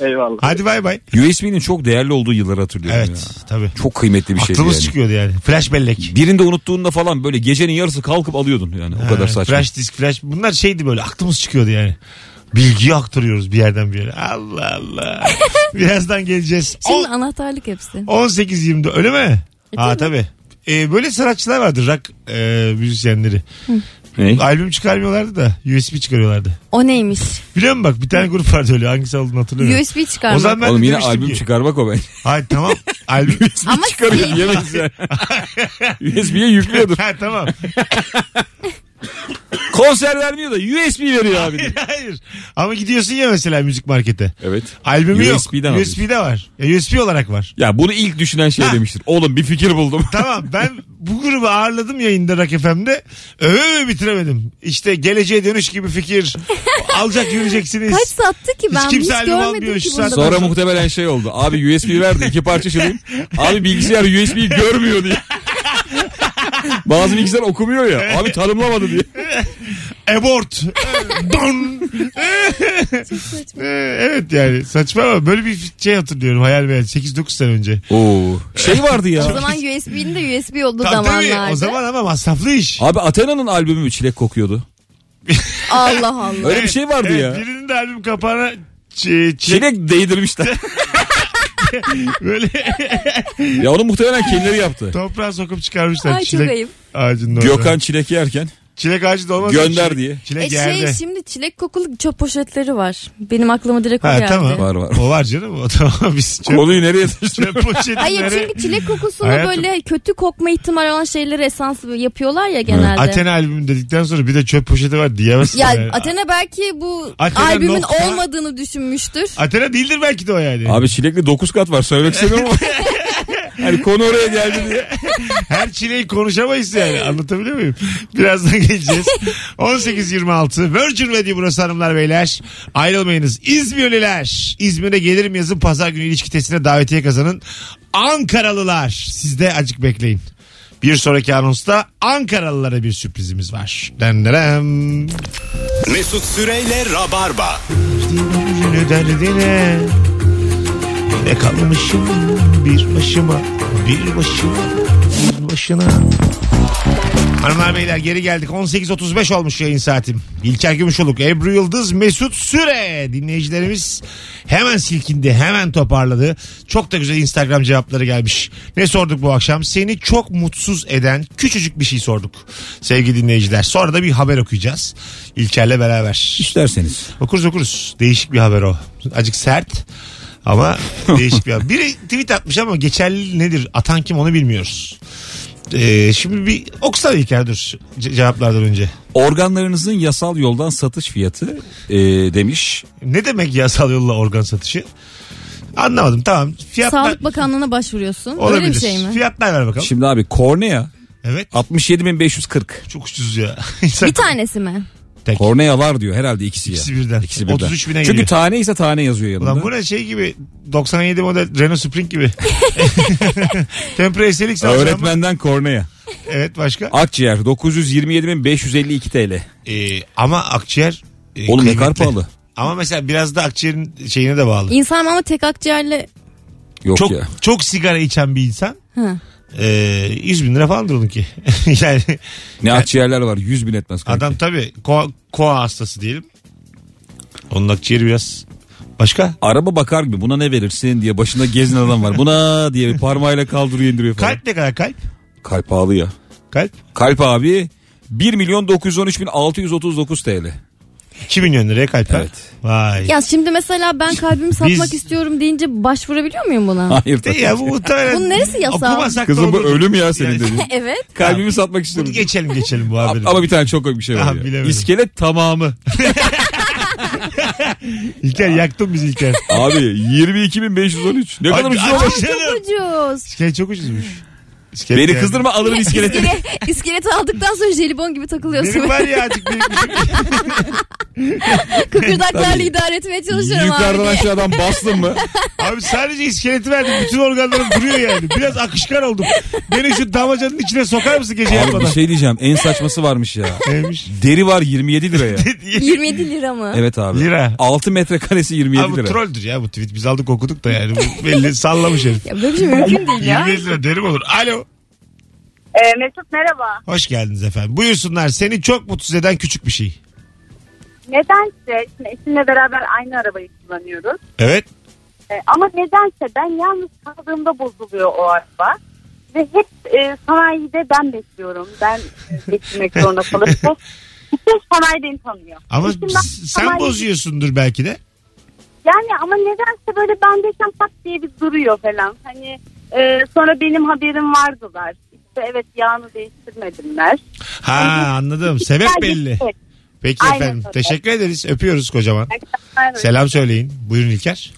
Speaker 6: Eyvallah.
Speaker 2: Hadi bay bay.
Speaker 4: USB'nin çok değerli olduğu yılları hatırlıyorum
Speaker 2: Evet
Speaker 4: ya.
Speaker 2: tabii.
Speaker 4: Çok kıymetli bir şeydi
Speaker 2: Aklımız
Speaker 4: yani.
Speaker 2: çıkıyordu yani. Flash bellek.
Speaker 4: Birinde unuttuğunda falan böyle gecenin yarısı kalkıp alıyordun yani. O kadar
Speaker 2: Ha,
Speaker 4: saçma.
Speaker 2: Flash disk flash. Bunlar şeydi böyle aklımız çıkıyordu yani. Bilgiyi aktarıyoruz bir yerden bir yere. Allah Allah. Birazdan geleceğiz.
Speaker 3: Şimdi
Speaker 2: On-
Speaker 3: anahtarlık hepsi.
Speaker 2: 18-20 öyle mi? ha tabii. Ee, böyle sanatçılar vardır rock e, müzisyenleri.
Speaker 4: Ne?
Speaker 2: Albüm çıkarmıyorlardı da USB çıkarıyorlardı.
Speaker 3: O neymiş?
Speaker 2: Biliyor musun bak bir tane grup vardı öyle hangisi olduğunu hatırlamıyorum.
Speaker 3: USB çıkarmak.
Speaker 2: O zaman ben
Speaker 4: Oğlum
Speaker 2: de
Speaker 4: yine
Speaker 2: demiştim
Speaker 4: albüm
Speaker 2: ki,
Speaker 4: çıkarmak o ben.
Speaker 2: Hayır tamam albüm
Speaker 3: Ama
Speaker 4: Çıkarıyor
Speaker 3: sil-
Speaker 4: yemeyiz yani. USB'ye yüklüyordur.
Speaker 2: ha tamam.
Speaker 4: Konser vermiyor da USB veriyor abi. de.
Speaker 2: Hayır. Ama gidiyorsun ya mesela müzik markete.
Speaker 4: Evet.
Speaker 2: Albümü
Speaker 4: USB'den
Speaker 2: yok.
Speaker 4: alıyorsun.
Speaker 2: USB'de var. Ya, USB olarak var.
Speaker 4: Ya bunu ilk düşünen şey demiştir. Oğlum bir fikir buldum.
Speaker 2: Tamam ben bu grubu ağırladım yayında Rock FM'de. Öve öve bitiremedim. İşte geleceğe dönüş gibi fikir. Alacak yürüyeceksiniz.
Speaker 3: Kaç sattı ki ben hiç,
Speaker 2: kimse albüm almıyor
Speaker 3: görmedim ki
Speaker 2: şu
Speaker 3: bunu.
Speaker 2: saat.
Speaker 4: Sonra muhtemelen şey oldu. Abi USB verdi iki parça çalayım. Abi bilgisayar USB'yi görmüyor diye. Bazı bilgisayar okumuyor ya. Abi tanımlamadı diye.
Speaker 2: Abort. Don. Ee, evet yani saçma ama böyle bir şey hatırlıyorum hayal meyal 8-9 sene önce.
Speaker 4: Oo. Şey vardı
Speaker 3: O
Speaker 4: ya.
Speaker 3: zaman USB'nin de USB olduğu
Speaker 2: Tabii, tabii.
Speaker 3: zamanlarda.
Speaker 2: o zaman ama masraflı iş.
Speaker 4: Abi Athena'nın albümü mü çilek kokuyordu?
Speaker 3: Allah Allah.
Speaker 4: Öyle bir şey vardı
Speaker 2: Evet,
Speaker 4: ya.
Speaker 2: Birinin de albüm kapağına çi- çi-
Speaker 4: Çilek değdirmişler.
Speaker 2: böyle
Speaker 4: ya onu muhtemelen kendileri yaptı.
Speaker 2: toprağa sokup çıkarmışlar.
Speaker 3: Ay çok
Speaker 2: çilek
Speaker 3: ayıp.
Speaker 2: ağacının orada.
Speaker 4: Gökhan çilek yerken
Speaker 2: Çilek ağacı da olmaz.
Speaker 4: Gönder
Speaker 2: Çilek-
Speaker 4: diye.
Speaker 2: Çilek
Speaker 3: E
Speaker 2: yerde.
Speaker 3: şey şimdi çilek kokulu çöp poşetleri var. Benim aklıma direkt o
Speaker 2: ha
Speaker 3: geldi.
Speaker 2: tamam.
Speaker 4: Var, var.
Speaker 2: O var canım. O tamam biz çöp,
Speaker 4: Konuyu nereye taşıdın?
Speaker 2: çöp poşetinleri-
Speaker 3: Hayır çünkü çilek kokusunu
Speaker 2: Hayatım.
Speaker 3: böyle kötü kokma ihtimali olan şeyleri esans yapıyorlar ya genelde.
Speaker 2: Athena albümü dedikten sonra bir de çöp poşeti var diyemezsin.
Speaker 3: Ya
Speaker 2: yani.
Speaker 3: Athena belki bu
Speaker 2: Athena
Speaker 3: albümün
Speaker 2: nokta-
Speaker 3: olmadığını düşünmüştür.
Speaker 2: Athena değildir belki de o yani.
Speaker 4: Abi çilekli 9 kat var söylemek istemiyorum ama. Hani konu oraya geldi diye.
Speaker 2: Her çileyi konuşamayız yani. Anlatabiliyor muyum? Birazdan geleceğiz. 18.26 Virgin Radio burası hanımlar beyler. Ayrılmayınız. İzmirliler. İzmir'e gelirim yazın pazar günü ilişki testine davetiye kazanın. Ankaralılar. Siz de acık bekleyin. Bir sonraki anonsta Ankaralılara bir sürprizimiz var. Denderem.
Speaker 1: Mesut Süreyle Rabarba.
Speaker 2: Dünü derdine Ne kalmışım bir başıma Bir başıma bir başına Hanımlar beyler geri geldik 18.35 olmuş yayın saatim İlker Gümüşoluk, Ebru Yıldız, Mesut Süre Dinleyicilerimiz hemen silkindi hemen toparladı Çok da güzel Instagram cevapları gelmiş Ne sorduk bu akşam? Seni çok mutsuz eden küçücük bir şey sorduk Sevgili dinleyiciler Sonra da bir haber okuyacağız İlker'le beraber
Speaker 4: İsterseniz.
Speaker 2: Okuruz okuruz. Değişik bir haber o. Acık sert ama değişik bir haber. Biri tweet atmış ama geçerli nedir? Atan kim onu bilmiyoruz. Ee, şimdi bir okusana İlker dur ce- cevaplardan önce.
Speaker 4: Organlarınızın yasal yoldan satış fiyatı e, demiş.
Speaker 2: Ne demek yasal yolla organ satışı? Anlamadım tamam. Fiyatlar
Speaker 3: Sağlık Bakanlığı'na başvuruyorsun.
Speaker 2: olabilir.
Speaker 3: Öyle bir şey mi?
Speaker 2: Fiyatlar ver bakalım.
Speaker 4: Şimdi abi kornea
Speaker 2: Evet
Speaker 4: 67.540.
Speaker 2: çok ucuz ya. İnsan-
Speaker 3: Bir tanesi mi?
Speaker 2: Tek.
Speaker 4: Kornealar diyor herhalde ikisi ya.
Speaker 2: İkisi birden.
Speaker 4: İkisi birden.
Speaker 2: 33 bine
Speaker 4: Çünkü
Speaker 2: geliyor.
Speaker 4: tane ise tane yazıyor yanında.
Speaker 2: Ulan bu ne şey gibi 97 model Renault Spring gibi. Tempra SLX alacağım.
Speaker 4: Öğretmenden kornea.
Speaker 2: Evet başka.
Speaker 4: Akciğer 927.552 TL.
Speaker 2: Ee, ama akciğer e,
Speaker 4: Oğlum ne kadar
Speaker 2: kıymetli.
Speaker 4: pahalı.
Speaker 2: Ama mesela biraz da akciğerin şeyine de bağlı.
Speaker 3: İnsan ama tek akciğerle
Speaker 4: Yok
Speaker 2: çok
Speaker 4: ya.
Speaker 2: çok sigara içen bir insan
Speaker 3: Hı.
Speaker 2: e, 100 bin lira falandır onun ki. yani
Speaker 4: Ne akciğerler var 100 bin etmez. kanka.
Speaker 2: adam tabii koa, koa hastası diyelim. Onun akciğeri biraz başka.
Speaker 4: Araba bakar gibi buna ne verirsin diye başında gezin adam var. Buna diye bir parmağıyla kaldırıyor indiriyor falan.
Speaker 2: Kalp ne kadar kalp?
Speaker 4: Kalp pahalı ya.
Speaker 2: Kalp
Speaker 4: Kalp abi 1 milyon 913 bin 639 TL.
Speaker 2: 2 milyon liraya kalp. ha?
Speaker 4: Evet.
Speaker 2: Vay.
Speaker 3: Ya şimdi mesela ben kalbimi satmak
Speaker 2: Biz-
Speaker 3: istiyorum deyince başvurabiliyor muyum buna?
Speaker 4: Hayır.
Speaker 2: De ya bu muhtemelen.
Speaker 3: Bunun neresi yasal?
Speaker 2: Okumasak da
Speaker 4: Kızım bu
Speaker 2: olurdu.
Speaker 4: ölüm ya senin
Speaker 2: Yani-
Speaker 4: dediğin.
Speaker 3: evet.
Speaker 4: Kalbimi satmak istiyorum.
Speaker 2: Bunu geçelim geçelim bu haberi.
Speaker 4: Ama bir tane çok komik bir şey var.
Speaker 2: Abi
Speaker 4: ya.
Speaker 2: bilemedim.
Speaker 4: İskelet tamamı.
Speaker 2: İlker yaktın bizi İlker.
Speaker 4: Abi 22.513. Ne kadar
Speaker 2: Ay-
Speaker 4: ucuz
Speaker 2: ay-
Speaker 4: olmuş.
Speaker 2: canım.
Speaker 3: Çok ucuz.
Speaker 2: İskelet Şey, çok ucuzmuş. İskelet
Speaker 4: Beni
Speaker 2: yani.
Speaker 4: kızdırma alırım iskeletini.
Speaker 3: İskele, iskeleti aldıktan sonra jelibon gibi takılıyorsun.
Speaker 2: Benim var ya azıcık benim-
Speaker 3: Kıkırdaklarla
Speaker 4: Tabii.
Speaker 3: idare etmeye çalışıyorum
Speaker 4: Yukarıdan
Speaker 3: abi.
Speaker 4: aşağıdan bastın mı?
Speaker 2: Abi sadece iskeleti verdim. Bütün organlarım duruyor yani. Biraz akışkan oldum. Beni şu damacanın içine sokar mısın gece
Speaker 4: Abi bir
Speaker 2: yapmadan?
Speaker 4: şey diyeceğim. En saçması varmış ya.
Speaker 2: Neymiş?
Speaker 4: Deri var 27 liraya.
Speaker 3: 27 lira mı?
Speaker 4: Evet abi.
Speaker 2: Lira.
Speaker 4: 6 metrekaresi 27
Speaker 2: Abi bu
Speaker 4: lira.
Speaker 2: trolldür ya bu tweet. Biz aldık okuduk da yani. Bu belli sallamış herif.
Speaker 3: Ya böyle bir şey mümkün değil ya.
Speaker 2: 27 lira derim olur. Alo.
Speaker 8: Ee, Mesut merhaba.
Speaker 2: Hoş geldiniz efendim. Buyursunlar. Seni çok mutsuz eden küçük bir şey.
Speaker 8: Nedense şimdi eşimle beraber aynı arabayı kullanıyoruz.
Speaker 2: Evet.
Speaker 8: Ee, ama nedense ben yalnız kaldığımda bozuluyor o araba. Ve hep e, sanayide ben bekliyorum. Ben e, geçirmek zorunda kalıp hep bütün sanayi beni tanıyor.
Speaker 2: Ama
Speaker 8: Eşim ben
Speaker 2: s- sen
Speaker 8: sanayi-
Speaker 2: bozuyorsundur belki de.
Speaker 8: Yani ama nedense böyle bendeyken pat diye bir duruyor falan. Hani e, sonra benim haberim vardılar. İşte evet yağını değiştirmedimler.
Speaker 2: Ha anladım. Sebep belli.
Speaker 8: Evet.
Speaker 2: Peki
Speaker 8: şey. Aynen
Speaker 2: efendim.
Speaker 8: öyle.
Speaker 2: Teşekkür ederiz. Öpüyoruz kocaman.
Speaker 8: Akşamlar.
Speaker 2: Selam söyleyin. Buyurun İlker.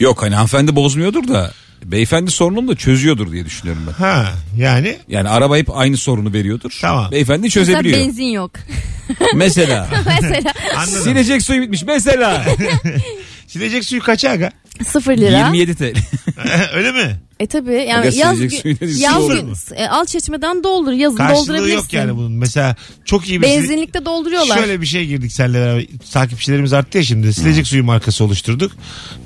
Speaker 4: Yok hani hanımefendi bozmuyordur da beyefendi sorununu da çözüyordur diye düşünüyorum ben.
Speaker 2: Ha yani
Speaker 4: Yani araba hep aynı sorunu veriyordur.
Speaker 2: Tamam.
Speaker 4: Beyefendi
Speaker 3: Mesela
Speaker 4: çözebiliyor.
Speaker 3: benzin yok.
Speaker 4: Mesela.
Speaker 3: Mesela
Speaker 2: anladım.
Speaker 4: Silecek suyu bitmiş mesela.
Speaker 2: Silecek suyu kaça aga?
Speaker 3: 0 lira.
Speaker 4: 27 TL.
Speaker 2: Öyle mi?
Speaker 3: E tabi
Speaker 4: Aga
Speaker 3: yani yaz,
Speaker 4: silecek
Speaker 3: gün,
Speaker 4: suyun
Speaker 2: su
Speaker 3: yaz
Speaker 2: olur
Speaker 3: gün
Speaker 2: mu?
Speaker 3: e, al çeşmeden doldur yazın
Speaker 2: Karşılığı
Speaker 3: doldurabilirsin.
Speaker 2: yok yani bunun. Mesela çok iyi bir şey-
Speaker 3: Benzinlikte dolduruyorlar.
Speaker 2: Şöyle bir şey girdik seninle beraber. Takipçilerimiz arttı ya şimdi. Silecek suyu markası oluşturduk.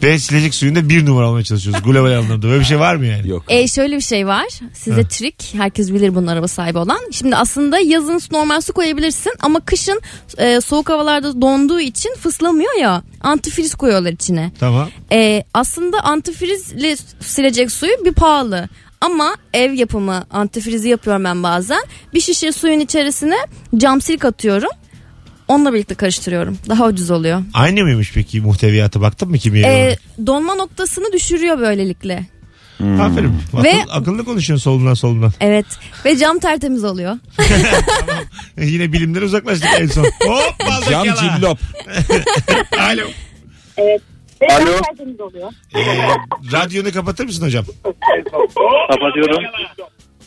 Speaker 2: Ve silecek suyunda bir numara olmaya çalışıyoruz. Global anlamda. Böyle bir şey var mı yani?
Speaker 4: Yok.
Speaker 3: E şöyle bir şey var. Size trik. Herkes bilir bunun araba sahibi olan. Şimdi aslında yazın su- normal su koyabilirsin ama kışın e, soğuk havalarda donduğu için fıslamıyor ya. Antifriz koyuyorlar içine.
Speaker 2: Tamam.
Speaker 3: E, aslında antifrizle silecek suyu bir pahalı. Ama ev yapımı antifrizi yapıyorum ben bazen. Bir şişe suyun içerisine camsilik atıyorum. Onunla birlikte karıştırıyorum. Daha ucuz oluyor.
Speaker 2: Aynı mıymış peki muhteviyata baktın mı kimyaya?
Speaker 3: Ee, donma noktasını düşürüyor böylelikle.
Speaker 2: Aferin. Akıl-
Speaker 3: Ve-
Speaker 2: akıllı konuşuyorsun solundan solundan.
Speaker 3: Evet. Ve cam tertemiz oluyor.
Speaker 2: Yine bilimden uzaklaştık en son. Hop bazen
Speaker 4: Cam
Speaker 2: yalan.
Speaker 4: cillop.
Speaker 2: Alo.
Speaker 8: Ve
Speaker 7: Alo.
Speaker 8: ben tertemiz oluyor.
Speaker 2: Ee, radyonu kapatır mısın hocam?
Speaker 7: Kapatıyorum.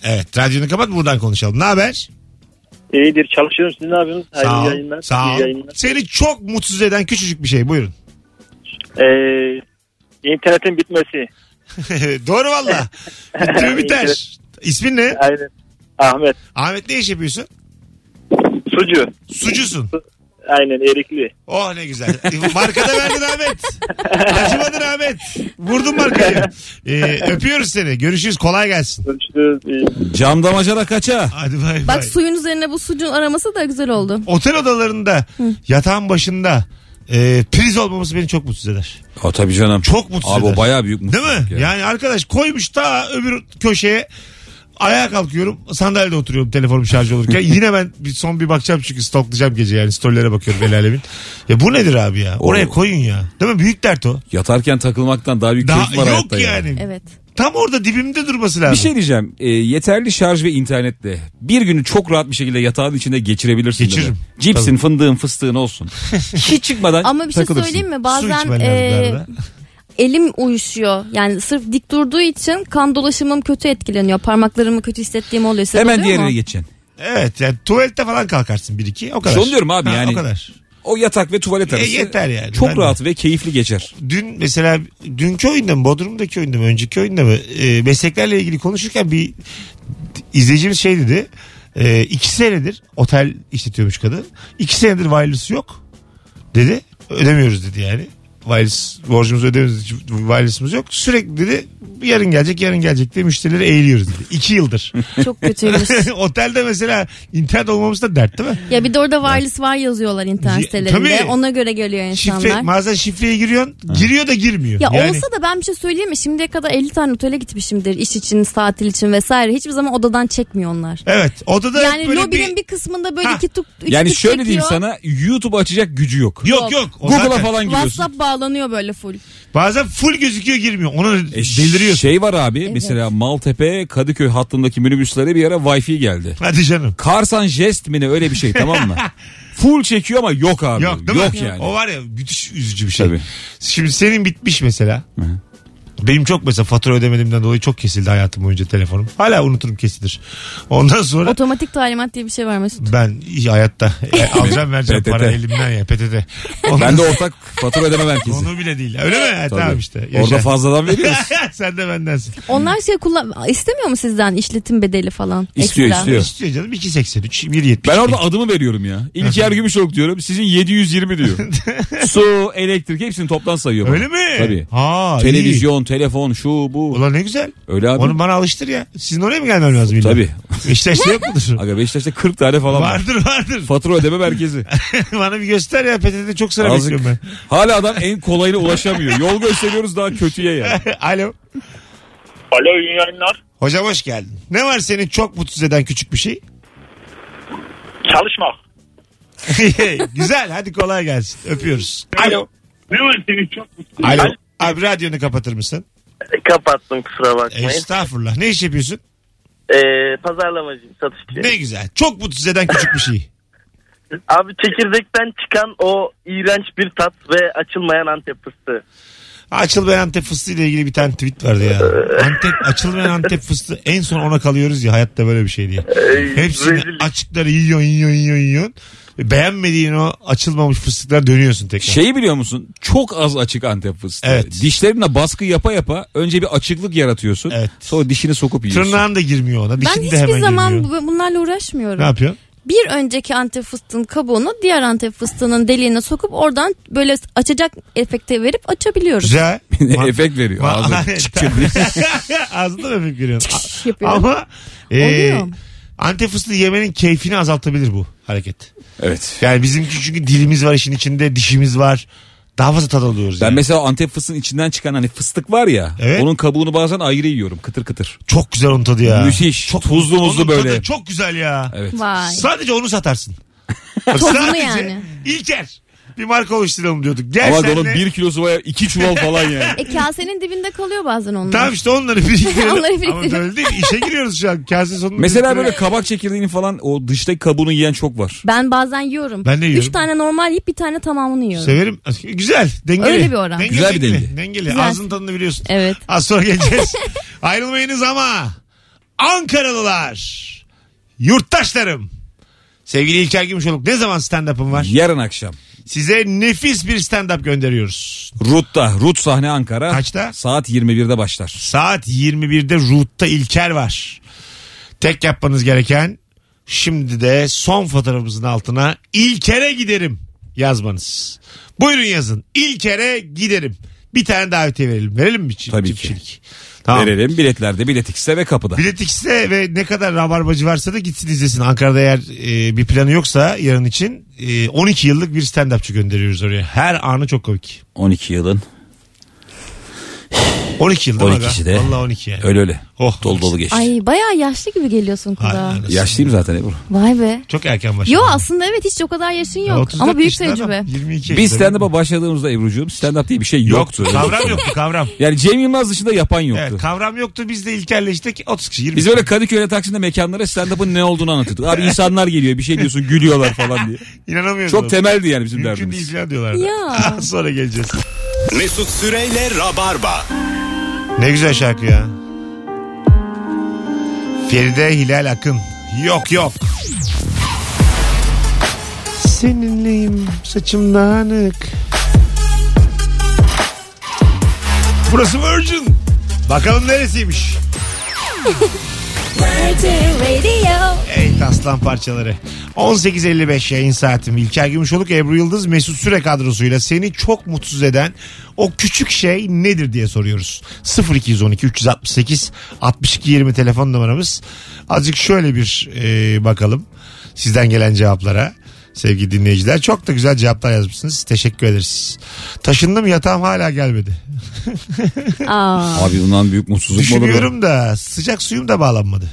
Speaker 2: Evet radyonu kapat buradan konuşalım. Ne haber?
Speaker 7: İyidir çalışıyorum. Siz ne yapıyorsunuz?
Speaker 2: Sağ
Speaker 7: Hayırlı
Speaker 2: ol.
Speaker 7: yayınlar.
Speaker 2: Sağ
Speaker 7: iyi
Speaker 2: ol.
Speaker 7: yayınlar.
Speaker 2: Seni çok mutsuz eden küçücük bir şey buyurun.
Speaker 7: Ee, internetin bitmesi.
Speaker 2: Doğru valla. Bitti mi biter. İsmin ne?
Speaker 7: Aynen. Ahmet.
Speaker 2: Ahmet ne iş yapıyorsun?
Speaker 7: Sucu.
Speaker 2: Sucusun.
Speaker 7: Aynen erikli.
Speaker 2: Oh ne güzel. Markada verdin Ahmet. Acımadın Ahmet. Vurdun markayı. Ee, öpüyoruz seni. Görüşürüz. Kolay gelsin.
Speaker 7: Görüşürüz. iyi
Speaker 4: Cam damacana kaça.
Speaker 2: Hadi bay bay.
Speaker 3: Bak suyun üzerine bu sucuğun araması da güzel oldu.
Speaker 2: Otel odalarında yatağın başında e, priz olmaması beni çok mutsuz eder.
Speaker 4: O tabii canım.
Speaker 2: Çok mutsuz
Speaker 4: Abi
Speaker 2: eder.
Speaker 4: o baya büyük mutsuz.
Speaker 2: Değil mi? Yani arkadaş koymuş ta öbür köşeye ayağa kalkıyorum sandalyede oturuyorum telefonum şarj olurken yine ben bir son bir bakacağım çünkü stoklayacağım gece yani storylere bakıyorum el alemin. Ya bu nedir abi ya oraya
Speaker 4: O-
Speaker 2: koyun ya değil mi büyük dert o.
Speaker 4: Yatarken takılmaktan daha büyük
Speaker 2: Daha
Speaker 4: keyif var
Speaker 2: yok
Speaker 4: hayatta
Speaker 2: yani.
Speaker 4: ya.
Speaker 3: Evet.
Speaker 2: Tam orada dibimde durması lazım.
Speaker 4: Bir şey diyeceğim. E, yeterli şarj ve internetle bir günü çok rahat bir şekilde yatağın içinde geçirebilirsin.
Speaker 2: Geçiririm.
Speaker 4: dedi. Cipsin, fındığın, fıstığın olsun. Hiç çıkmadan
Speaker 3: Ama bir şey
Speaker 4: takılırsın.
Speaker 3: söyleyeyim mi?
Speaker 2: Su
Speaker 3: Bazen
Speaker 2: içmen lazım
Speaker 3: e,
Speaker 2: galiba.
Speaker 3: elim uyuşuyor. Yani sırf dik durduğu için kan dolaşımım kötü etkileniyor. Parmaklarımı kötü hissettiğim oluyor. Size
Speaker 4: Hemen
Speaker 3: oluyor
Speaker 4: diğerine
Speaker 3: mu?
Speaker 4: geçeceksin.
Speaker 2: Evet yani tuvalette falan kalkarsın bir iki o kadar.
Speaker 4: İşte onu diyorum abi
Speaker 2: Ha,
Speaker 4: yani.
Speaker 2: O kadar.
Speaker 4: O yatak ve tuvalet
Speaker 2: E,
Speaker 4: arası
Speaker 2: yeter yani.
Speaker 4: çok
Speaker 2: Ben de-
Speaker 4: rahat ve keyifli geçer.
Speaker 2: Dün mesela dünkü oyunda mı Bodrum'daki oyunda mı önceki oyunda mı e, mesleklerle ilgili konuşurken bir izleyicimiz şey dedi. E, iki senedir otel işletiyormuş kadın. İki senedir wireless yok dedi. Ödemiyoruz dedi yani. Wireless borcumuzu ödemiyoruz. Wireless'ımız yok. Sürekli dedi yarın gelecek yarın gelecek diye müşterilere eğiliyoruz dedi. İki yıldır.
Speaker 3: Çok kötüymüş.
Speaker 2: Otelde mesela internet olmamamız da dert değil mi?
Speaker 3: ya bir de orada wireless var yazıyorlar internet
Speaker 2: Ya,
Speaker 3: sitelerinde.
Speaker 2: tabii.
Speaker 3: Ona göre geliyor insanlar.
Speaker 2: Şifre, bazen şifreye giriyorsun giriyor da girmiyor.
Speaker 3: ya
Speaker 2: yani,
Speaker 3: olsa da ben bir şey söyleyeyim mi? Şimdiye kadar 50 tane otele gitmişimdir. iş için, tatil için vesaire. Hiçbir zaman odadan çekmiyor onlar.
Speaker 2: Evet odada
Speaker 3: Yani
Speaker 2: böyle
Speaker 3: lobinin
Speaker 2: bir...
Speaker 3: bir... kısmında böyle
Speaker 2: Ha.
Speaker 3: iki tuk, üç
Speaker 4: Yani
Speaker 3: tuk
Speaker 4: şöyle diyeyim
Speaker 3: çekiyor.
Speaker 4: sana YouTube açacak gücü yok.
Speaker 2: Yok yok. O
Speaker 4: Google'a
Speaker 2: zaten-
Speaker 4: falan giriyorsun.
Speaker 3: WhatsApp bağlanıyor böyle full.
Speaker 2: Bazen full gözüküyor girmiyor. Ona
Speaker 4: E, ş-
Speaker 2: deliriyorsun.
Speaker 4: Şey var abi mesela Maltepe Kadıköy hattındaki minibüslere bir ara wifi geldi.
Speaker 2: Hadi canım.
Speaker 4: Karsan jest mi ne öyle bir şey tamam mı? Full çekiyor ama yok abi.
Speaker 2: Yok değil mi?
Speaker 4: yani.
Speaker 2: O var ya müthiş üzücü bir şey.
Speaker 4: Tabii.
Speaker 2: Şimdi senin bitmiş mesela. Benim çok mesela fatura ödemediğimden dolayı çok kesildi hayatım boyunca telefonum. Hala unuturum kesilir. Ondan sonra
Speaker 3: Otomatik talimat diye bir şey var Mesut.
Speaker 2: ben iyi hayatta e, alacağım vereceğim
Speaker 4: PTT.
Speaker 2: para elimden ya PTT.
Speaker 4: Ben de ortak fatura ödeme merkezi.
Speaker 2: onu bile değil. Öyle mi? Ha,
Speaker 4: Tabii.
Speaker 2: E, Tamam işte.
Speaker 4: Orada
Speaker 2: Yaşa.
Speaker 4: fazladan veriyoruz.
Speaker 2: Sen de bendensin.
Speaker 3: Onlar şey kullan istemiyor mu sizden işletim bedeli falan?
Speaker 4: İstiyor,
Speaker 3: Ekstra.
Speaker 4: istiyor. Yok.
Speaker 2: İstiyor canım 2.83 1.70.
Speaker 4: Ben orada adımı veriyorum ya. İlker Gümüşoluk diyorum. Sizin 720 diyor. Su, elektrik hepsini toptan sayıyor. bana.
Speaker 2: Öyle mi?
Speaker 4: Tabii.
Speaker 2: Ha, iyi.
Speaker 4: Televizyon, telefon, şu bu.
Speaker 2: Ulan ne güzel.
Speaker 4: Öyle abi.
Speaker 2: Onu bana alıştır ya. Sizin oraya mı gelmem lazım? illa?
Speaker 4: Tabii.
Speaker 2: Beşiktaş'ta yok mudur?
Speaker 4: Aga Beşiktaş'ta 40 tane falan var.
Speaker 2: vardır vardır.
Speaker 4: Fatura ödeme merkezi.
Speaker 2: bana bir göster ya PTT'de çok sıra
Speaker 4: Azıcık.
Speaker 2: bekliyorum ben.
Speaker 4: Hala adam en kolayına ulaşamıyor. Yol gösteriyoruz daha kötüye yani.
Speaker 2: Alo.
Speaker 7: Alo iyi yayınlar.
Speaker 2: Hocam hoş geldin. Ne var senin çok mutsuz eden küçük bir şey?
Speaker 7: Çalışmak.
Speaker 2: güzel hadi kolay gelsin. Öpüyoruz. Alo.
Speaker 7: Ne var senin çok
Speaker 2: Alo. Abi radyonu kapatır mısın?
Speaker 5: E, Kapattım kusura bakmayın.
Speaker 2: Estağfurullah. Ne iş yapıyorsun?
Speaker 5: Ee, pazarlamacıyım satışçı.
Speaker 2: Ne güzel. Çok mutsuz eden küçük bir şey.
Speaker 5: Abi çekirdekten çıkan o iğrenç bir tat ve açılmayan antep fıstığı.
Speaker 2: Açılmayan Antep fıstığı ile ilgili bir tane tweet vardı ya. Antep, açılmayan Antep fıstığı en son ona kalıyoruz ya hayatta böyle bir şey diye. Hepsini
Speaker 5: rezillik.
Speaker 2: açıkları yiyorsun yiyorsun yiyorsun yiyorsun. Beğenmediğin o açılmamış fıstıklara dönüyorsun tekrar.
Speaker 4: Şeyi biliyor musun? Çok az açık Antep fıstığı.
Speaker 2: Evet.
Speaker 4: Dişlerine baskı yapa yapa önce bir açıklık yaratıyorsun.
Speaker 2: Evet.
Speaker 4: Sonra dişini sokup yiyorsun.
Speaker 2: Tırnağın da girmiyor ona.
Speaker 3: Ben
Speaker 2: Dişin de
Speaker 3: hiçbir
Speaker 2: hemen
Speaker 3: zaman
Speaker 2: girmiyor.
Speaker 3: bu- bunlarla uğraşmıyorum.
Speaker 2: Ne yapıyorsun?
Speaker 3: Bir önceki antep fıstığın kabuğunu diğer antep fıstığının deliğine sokup oradan böyle açacak efekte verip açabiliyoruz.
Speaker 2: Güzel. Ma-
Speaker 4: Efekt veriyor.
Speaker 2: Ma-
Speaker 4: Ağzına
Speaker 2: Evet.
Speaker 4: çık çık diye.
Speaker 2: Ağzında mı öpüp giriyorsun?
Speaker 3: Yapıyorum.
Speaker 2: Ama e,
Speaker 3: Oluyor.
Speaker 2: Antep fıstığı yemenin keyfini azaltabilir bu hareket.
Speaker 4: evet.
Speaker 2: Yani bizimki çünkü dilimiz var işin içinde, dişimiz var. Daha fazla tad alıyoruz.
Speaker 4: Ben
Speaker 2: yani.
Speaker 4: mesela Antep fıstığının içinden çıkan hani fıstık var ya.
Speaker 2: Evet.
Speaker 4: Onun kabuğunu bazen ayrı yiyorum kıtır kıtır.
Speaker 2: Çok güzel onun tadı ya.
Speaker 4: Müthiş.
Speaker 2: Çok
Speaker 4: Tuzlu muzlu
Speaker 2: Onun
Speaker 4: böyle.
Speaker 2: tadı çok güzel ya.
Speaker 4: Evet.
Speaker 3: Vay.
Speaker 2: Sadece onu satarsın.
Speaker 3: Tozunu yani.
Speaker 2: İlker. Bir marka oluşturalım diyorduk. Gel
Speaker 4: Ama
Speaker 2: senle.
Speaker 4: onun bir kilosu var ya iki çuval falan yani.
Speaker 3: E kasenin dibinde kalıyor bazen onlar.
Speaker 2: Tamam işte onları biriktirelim.
Speaker 3: Onları
Speaker 2: Ama
Speaker 3: biriktirelim.
Speaker 2: böyle değil. İşe giriyoruz şu an. Kase sonunda.
Speaker 4: Mesela
Speaker 2: biriktirelim.
Speaker 4: böyle kabak çekirdeğini falan o dıştaki kabuğunu yiyen çok var.
Speaker 3: Ben bazen yiyorum.
Speaker 2: Ben de yiyorum.
Speaker 3: Üç tane normal yiyip bir tane tamamını yiyorum.
Speaker 2: Severim. Güzel. Dengeli.
Speaker 3: Öyle bir oran.
Speaker 2: Dengeli,
Speaker 4: Güzel bir
Speaker 2: dengeli.
Speaker 4: denge.
Speaker 2: Dengeli.
Speaker 3: Güzel.
Speaker 2: Ağzının tadını biliyorsun.
Speaker 3: Evet.
Speaker 2: Az sonra geleceğiz. Ayrılmayınız ama Ankaralılar. Yurttaşlarım. Sevgili İlker Gümüşoluk ne zaman stand-up'ın var?
Speaker 4: Yarın akşam.
Speaker 2: Size nefis bir stand-up gönderiyoruz.
Speaker 4: Rut'ta. Rut sahne Ankara.
Speaker 2: Kaçta?
Speaker 4: Saat 21'de başlar.
Speaker 2: Saat 21'de Root'ta İlker var. Tek yapmanız gereken şimdi de son fotoğrafımızın altına İlker'e giderim yazmanız. Buyurun yazın. İlker'e giderim. Bir tane davetiye verelim. Verelim mi? Çi-
Speaker 4: Tabii ki.
Speaker 2: çiftçilik? Tamam.
Speaker 4: Verelim biletlerde bilet X'te ve kapıda.
Speaker 2: Bilet X'te ve ne kadar rabarbacı varsa da gitsin izlesin. Ankara'da eğer e, bir planı yoksa yarın için e, 12 yıllık bir stand-upçı gönderiyoruz oraya. Her anı çok komik.
Speaker 4: 12 yılın.
Speaker 2: 12 yıl değil mi
Speaker 4: 12'si
Speaker 2: aga?
Speaker 4: de.
Speaker 2: Vallahi 12 yani.
Speaker 4: Öyle öyle.
Speaker 2: Oh.
Speaker 4: Dolu dolu geçti.
Speaker 3: Ay bayağı yaşlı gibi geliyorsun kulağa.
Speaker 2: Ay, anasını.
Speaker 4: Yaşlıyım zaten Ebru.
Speaker 3: Vay be.
Speaker 2: Çok erken başladı.
Speaker 3: Yo aslında evet hiç o kadar yaşın
Speaker 2: Ya,
Speaker 3: yok.
Speaker 2: 34
Speaker 3: Ama büyük
Speaker 2: yaşında adam,
Speaker 3: tecrübe.
Speaker 2: 22
Speaker 4: Biz
Speaker 2: yaşında.
Speaker 4: stand-up'a başladığımızda Ebru'cuğum stand-up diye bir şey yoktu.
Speaker 2: Yoktu. Kavram yoktu kavram.
Speaker 4: Yani Cem Yılmaz dışında yapan yoktu.
Speaker 2: Evet, kavram yoktu biz de İlker'leştik 30 kişi 20
Speaker 4: Biz
Speaker 2: kişi.
Speaker 4: öyle Kadıköy'de Taksim'de mekanlara stand-up'ın ne olduğunu anlatıyorduk. Abi insanlar geliyor bir şey diyorsun gülüyorlar falan diye.
Speaker 2: İnanamıyoruz. ona.
Speaker 4: Çok temeldi yani bizim
Speaker 2: Mümkün
Speaker 4: derdimiz.
Speaker 2: değil falan diyorlardı.
Speaker 3: Ya.
Speaker 2: Sonra geleceğiz.
Speaker 1: Mesut Süreyle Rabarba.
Speaker 2: Ne güzel şarkı ya. Feride Hilal Akın. Yok yok. Seninleyim saçım dağınık. Burası Virgin. Bakalım neresiymiş. Ey aslan parçaları. 18.55 yayın saatim. İlker Gümüşoluk, Ebru Yıldız, Mesut Süre kadrosuyla seni çok mutsuz eden o küçük şey nedir diye soruyoruz. 0212 368 62 20 telefon numaramız. Azıcık şöyle bir e, bakalım sizden gelen cevaplara. Sevgili dinleyiciler çok da güzel cevaplar yazmışsınız. Teşekkür ederiz. Taşındım yatağım hala gelmedi.
Speaker 3: Aa.
Speaker 4: Abi bundan büyük mutsuzluk mu olur? ya?
Speaker 2: Düşünüyorum da sıcak suyum da bağlanmadı.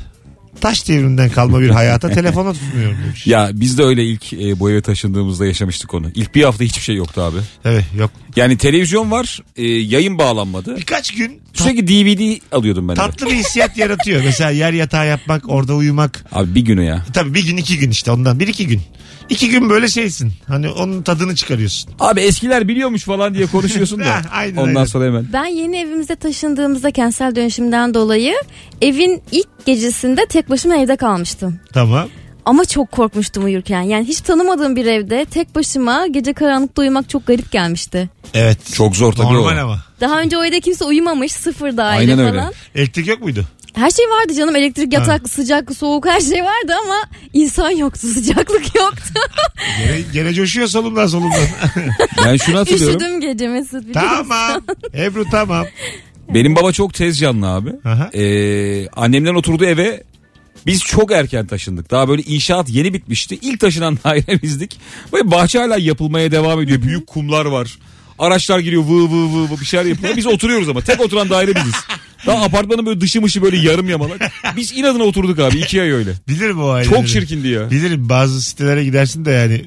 Speaker 2: Taş devrimden kalma bir hayata telefona tutmuyorum demiş.
Speaker 4: Ya biz de öyle ilk e, bu eve taşındığımızda yaşamıştık onu. İlk bir hafta hiçbir şey yoktu abi.
Speaker 2: Evet yok.
Speaker 4: Yani televizyon var, e, yayın bağlanmadı.
Speaker 2: Birkaç gün
Speaker 4: Sürekli DVD alıyordum ben eve.
Speaker 2: tatlı bir hissiyat yaratıyor. Mesela yer yatağı yapmak, orada uyumak.
Speaker 4: Abi bir günü ya.
Speaker 2: Tabii bir gün iki gün işte ondan. Bir iki gün. İki gün böyle şeysin. Hani onun tadını çıkarıyorsun.
Speaker 4: Abi eskiler biliyormuş falan diye konuşuyorsun da.
Speaker 2: Ha, aynen,
Speaker 4: Ondan
Speaker 2: aynen.
Speaker 4: sonra hemen.
Speaker 3: Ben yeni evimize taşındığımızda kentsel dönüşümden dolayı evin ilk gecesinde tek başıma evde kalmıştım.
Speaker 2: Tamam.
Speaker 3: Ama çok korkmuştum uyurken. Yani hiç tanımadığım bir evde tek başıma gece karanlıkta uyumak çok garip gelmişti.
Speaker 2: Evet.
Speaker 4: Çok zor tabii
Speaker 2: Normal
Speaker 4: o.
Speaker 2: ama.
Speaker 3: Daha önce o evde kimse uyumamış sıfır daire
Speaker 4: Aynen öyle.
Speaker 3: falan.
Speaker 2: Elektrik yok muydu?
Speaker 3: Her şey vardı canım elektrik yatak sıcak soğuk her şey vardı ama insan yoktu sıcaklık yoktu.
Speaker 2: Gene, gene coşuyor solumdan solumdan.
Speaker 4: Ben şunu hatırlıyorum.
Speaker 3: Üşüdüm gece Mesut. biliyor musun?
Speaker 2: tamam. Ebru tamam.
Speaker 4: Benim baba çok tez canlı abi.
Speaker 2: Aha.
Speaker 4: Ee, annemden oturduğu eve biz çok erken taşındık. Daha böyle inşaat yeni bitmişti. İlk taşınan daire bizdik. Böyle bahçe hala yapılmaya devam ediyor. Büyük kumlar var. Araçlar giriyor vı vı vı vı bir şeyler yapıyor. Biz oturuyoruz ama tek oturan daire biziz. Daha apartmanın böyle dışı mışı böyle yarım yamalak. Biz inadına oturduk abi iki ay öyle.
Speaker 2: Bilirim o aileleri.
Speaker 4: Çok çirkindi ya.
Speaker 2: Bilirim bazı sitelere gidersin de yani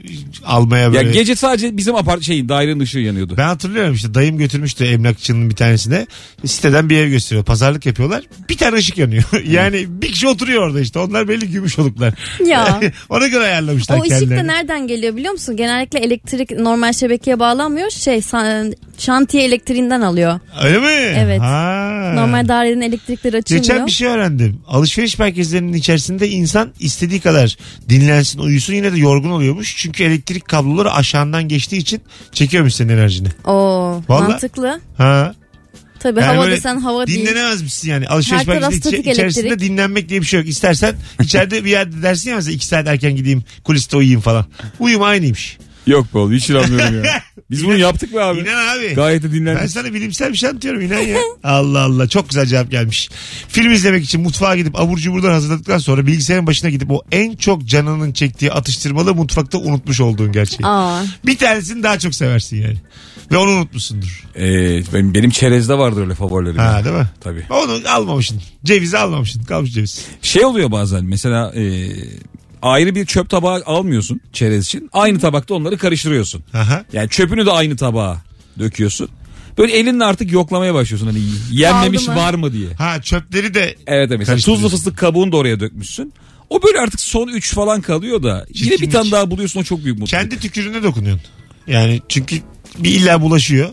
Speaker 2: almaya
Speaker 4: Ya
Speaker 2: böyle.
Speaker 4: gece sadece bizim apart şey dairenin ışığı yanıyordu.
Speaker 2: Ben hatırlıyorum işte dayım götürmüştü emlakçının bir tanesine. Siteden bir ev gösteriyor. Pazarlık yapıyorlar. Bir tane ışık yanıyor. yani bir kişi oturuyor orada işte. Onlar belli gümüş oluklar.
Speaker 3: Ya.
Speaker 2: Ona göre ayarlamışlar
Speaker 3: O ışık da
Speaker 2: kendilerini.
Speaker 3: nereden geliyor biliyor musun? Genellikle elektrik normal şebekeye bağlanmıyor. Şey san- şantiye elektriğinden alıyor.
Speaker 2: Öyle mi?
Speaker 3: Evet.
Speaker 2: Ha.
Speaker 3: Normal dairenin elektrikleri açılmıyor.
Speaker 2: Geçen bir şey öğrendim. Alışveriş merkezlerinin içerisinde insan istediği kadar dinlensin, uyusun yine de yorgun oluyormuş. Çünkü elektrik kabloları aşağından geçtiği için çekiyormuş senin enerjini.
Speaker 3: Oo,
Speaker 2: Vallahi-
Speaker 3: mantıklı.
Speaker 2: Ha.
Speaker 3: Tabii
Speaker 2: Yani
Speaker 3: havada
Speaker 2: böyle
Speaker 3: sen hava değil.
Speaker 2: Dinlenemezmişsin yani. Alışveriş
Speaker 3: Her taraf
Speaker 2: merkezinin içe-
Speaker 3: statik
Speaker 2: içerisinde
Speaker 3: elektrik.
Speaker 2: dinlenmek diye bir şey yok. İstersen içeride bir yerde dersin ya mesela iki saat erken gideyim kuliste uyuyayım falan. Uyum aynıymış.
Speaker 4: Yok be oğlum hiç inanmıyorum ya. Biz bunu yaptık mı abi?
Speaker 2: İnan abi.
Speaker 4: Gayet de
Speaker 2: Ben
Speaker 4: dinlendik.
Speaker 2: sana bilimsel bir şey anlatıyorum inan ya. Allah Allah çok güzel cevap gelmiş. Film izlemek için mutfağa gidip abur cuburdan hazırladıktan sonra bilgisayarın başına gidip o en çok canının çektiği atıştırmalı mutfakta unutmuş olduğun gerçeği.
Speaker 3: Aa.
Speaker 2: Bir tanesini daha çok seversin yani. Ve onu unutmuşsundur.
Speaker 4: Ee, benim, benim çerezde vardır öyle favorilerim.
Speaker 2: Ha değil mi?
Speaker 4: Tabii.
Speaker 2: Onu almamışsın. Cevizi almamışsın. Kalmış ceviz.
Speaker 4: Şey oluyor bazen mesela e, ayrı bir çöp tabağı almıyorsun çerez için. Aynı tabakta onları karıştırıyorsun.
Speaker 2: Aha.
Speaker 4: Yani çöpünü de aynı tabağa döküyorsun. Böyle elinle artık yoklamaya başlıyorsun hani yenmemiş
Speaker 3: Kaldı mı?
Speaker 4: var mı diye.
Speaker 2: Ha çöpleri de
Speaker 4: Evet evet. Mesela tuzlu
Speaker 2: Karıştırıyorsun.
Speaker 4: fıstık kabuğunu da oraya dökmüşsün. O böyle artık son 3 falan kalıyor da yine
Speaker 2: Çirkin
Speaker 4: bir tane
Speaker 2: hiç.
Speaker 4: daha buluyorsun o çok büyük mutluluk.
Speaker 2: kendi tükürüğüne dokunuyorsun. Yani çünkü bir illa bulaşıyor.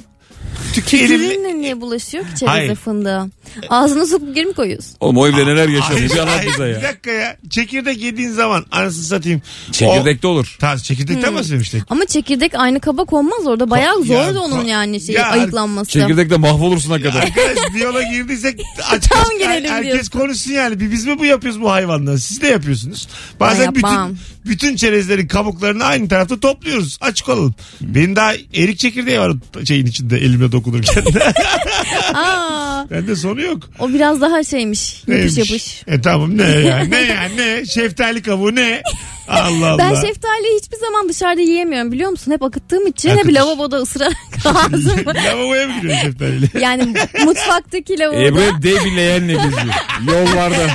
Speaker 2: Tükü elimle-
Speaker 3: Tükürüğünle niye bulaşıyor ki
Speaker 2: Hayır.
Speaker 3: çerezle fındığı? Ağzına sokup geri mi koyuyorsun?
Speaker 4: Oğlum o evde neler yaşanıyor
Speaker 2: Hayır,
Speaker 4: bir anlat
Speaker 2: hayır,
Speaker 4: bize
Speaker 2: Bir
Speaker 4: ya.
Speaker 2: dakika ya. Çekirdek yediğin zaman anasını satayım.
Speaker 4: Çekirdekte olur.
Speaker 2: O, ta, çekirdekten
Speaker 3: Hmm.
Speaker 2: bahsediyorum işte.
Speaker 3: Ama çekirdek aynı kaba konmaz orada. Bayağı
Speaker 2: Ko-
Speaker 3: zor
Speaker 2: ya,
Speaker 3: da onun
Speaker 2: ko-
Speaker 3: yani şeyi
Speaker 2: ya,
Speaker 3: ayıklanması.
Speaker 4: Çekirdekte mahvolursun hakikaten.
Speaker 2: Arkadaş bir yola girdiysek aç,
Speaker 3: Tam
Speaker 2: aç-
Speaker 3: gelelim
Speaker 2: herkes
Speaker 3: diyorsun.
Speaker 2: konuşsun yani. Bir biz mi bu yapıyoruz bu hayvanları? Siz de yapıyorsunuz. Bazen
Speaker 3: Ben yapmam.
Speaker 2: bütün bütün çerezlerin kabuklarını aynı tarafta topluyoruz. Açık olalım. Benim daha erik çekirdeği var şeyin içinde elimle dokunurken.
Speaker 3: Aa,
Speaker 2: Bende sonu yok.
Speaker 3: o biraz daha şeymiş. Yapış
Speaker 2: Neymiş?
Speaker 3: yapış.
Speaker 2: E tamam ne ya ne ya ne şeftali kabuğu ne Allah Allah.
Speaker 3: Ben şeftaliyi hiçbir zaman dışarıda yiyemiyorum biliyor musun? Hep akıttığım için
Speaker 2: Akıtır.
Speaker 3: hep lavaboda ısırarak ağzımı.
Speaker 2: Lavaboya mı giriyorsun şeftaliyle?
Speaker 3: yani
Speaker 2: E,
Speaker 3: mutfaktaki
Speaker 4: Ebru
Speaker 3: lavaboda.
Speaker 4: hep E, dev bir leğenle geziyor. Yollarda.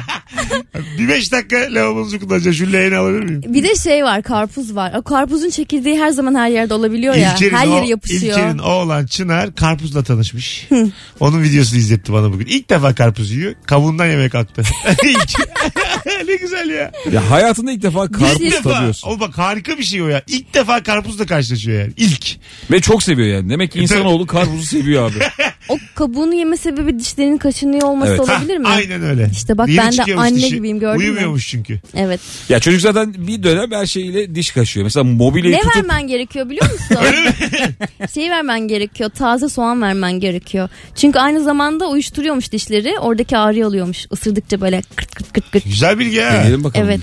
Speaker 2: Bir beş dakika lavabonuzu kullanacağım. Şu leğeni alabilir miyim?
Speaker 3: Bir de şey var karpuz var. O karpuzun çekirdeği her zaman her yerde olabiliyor ya. her
Speaker 2: o-
Speaker 3: yere yapışıyor.
Speaker 2: İlker'in oğlan Çınar karpuzla tanışmış. Onun videosunu izletti bana bugün. İlk defa karpuz yiyor. Kabuğundan yemek attı. ne güzel ya.
Speaker 4: Ya hayatında ilk defa
Speaker 2: İlk
Speaker 4: karpuz
Speaker 2: defa.
Speaker 4: tadıyorsun.
Speaker 2: O bak harika bir şey o ya. İlk defa karpuzla karşılaşıyor yani. İlk.
Speaker 4: Ve çok seviyor yani. Demek ki insanoğlu karpuzu seviyor abi.
Speaker 3: O kabuğunu yeme sebebi dişlerinin kaşınıyor olması
Speaker 4: Evet.
Speaker 3: olabilir mi?
Speaker 2: Aynen öyle.
Speaker 3: İşte bak
Speaker 2: Yeni
Speaker 3: ben de
Speaker 2: çıkıyormuş
Speaker 3: anne gibiyim, gördün mü?
Speaker 2: Uyumuyormuş çünkü.
Speaker 3: Evet.
Speaker 4: Ya çocuk zaten bir dönem her şeyle diş kaşıyor. Mesela mobilyayı
Speaker 3: Ne
Speaker 4: tutup
Speaker 3: vermen gerekiyor biliyor musun? Şeyi vermen gerekiyor. Taze soğan vermen gerekiyor. Çünkü aynı zamanda uyuşturuyormuş dişleri. Oradaki ağrıyı alıyormuş. Isırdıkça böyle kırt kırt kırt kırt.
Speaker 2: Güzel bilgi ha.
Speaker 4: Deneyelim bakalım.
Speaker 3: Evet.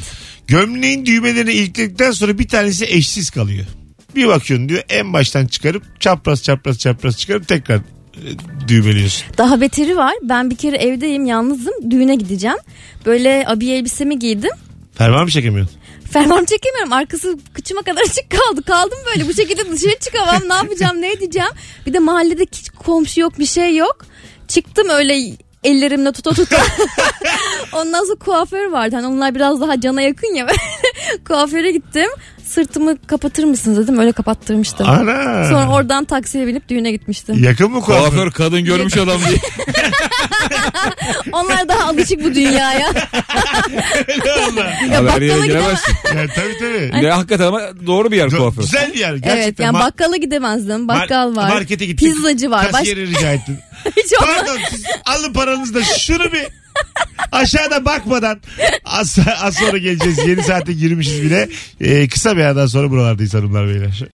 Speaker 2: Gömleğin düğmelerini ilkledikten sonra bir tanesi eşsiz kalıyor. Bir bakıyorsun diyor en baştan çıkarıp çapraz çapraz çapraz çıkarıp tekrar e, düğmeliyorsun.
Speaker 3: Daha beteri var. Ben bir kere evdeyim yalnızım. Düğüne gideceğim. Böyle abiye elbisemi giydim.
Speaker 2: Fermuar mı çekemiyorsun?
Speaker 3: Fermuarımı çekemiyorum. Arkası kıçıma kadar açık kaldı. Kaldım böyle. Bu şekilde dışarı çıkamam. Ne yapacağım? Ne edeceğim? Bir de mahallede hiç komşu yok. Bir şey yok. Çıktım öyle ellerimle tuta tuta. Ondan sonra kuaför vardı. Hani onlar biraz daha cana yakın ya. Kuaföre gittim. Sırtımı kapatır mısınız dedim. Öyle kapattırmıştım.
Speaker 2: Ana.
Speaker 3: Sonra oradan taksiye binip düğüne gitmiştim.
Speaker 2: Yakın mı kuaför?
Speaker 4: Kuaför kadın görmüş adam diye.
Speaker 3: Onlar daha alışık bu dünyaya.
Speaker 4: Ya
Speaker 3: bakkala gidemez.
Speaker 4: yere giremezsin.
Speaker 2: yani, tabii tabii.
Speaker 4: Ya hakikaten ama doğru bir yer
Speaker 2: Gö-
Speaker 4: kuaför.
Speaker 2: Güzel bir yer gerçekten.
Speaker 3: evet yani
Speaker 2: Ma-
Speaker 3: bakkala gidemezdim. Bakkal
Speaker 2: mar-
Speaker 3: var.
Speaker 2: Markete gittik.
Speaker 3: Pizzacı var. Baş...
Speaker 2: Kasiyeri rica ettin.
Speaker 3: Hiç olmaz.
Speaker 2: Pardon siz alın paranızı da şunu bir aşağıda bakmadan az, az sonra geleceğiz. Yeni saate girmişiz bile. Ee, kısa bir aradan sonra buralardayız hanımlar beyler.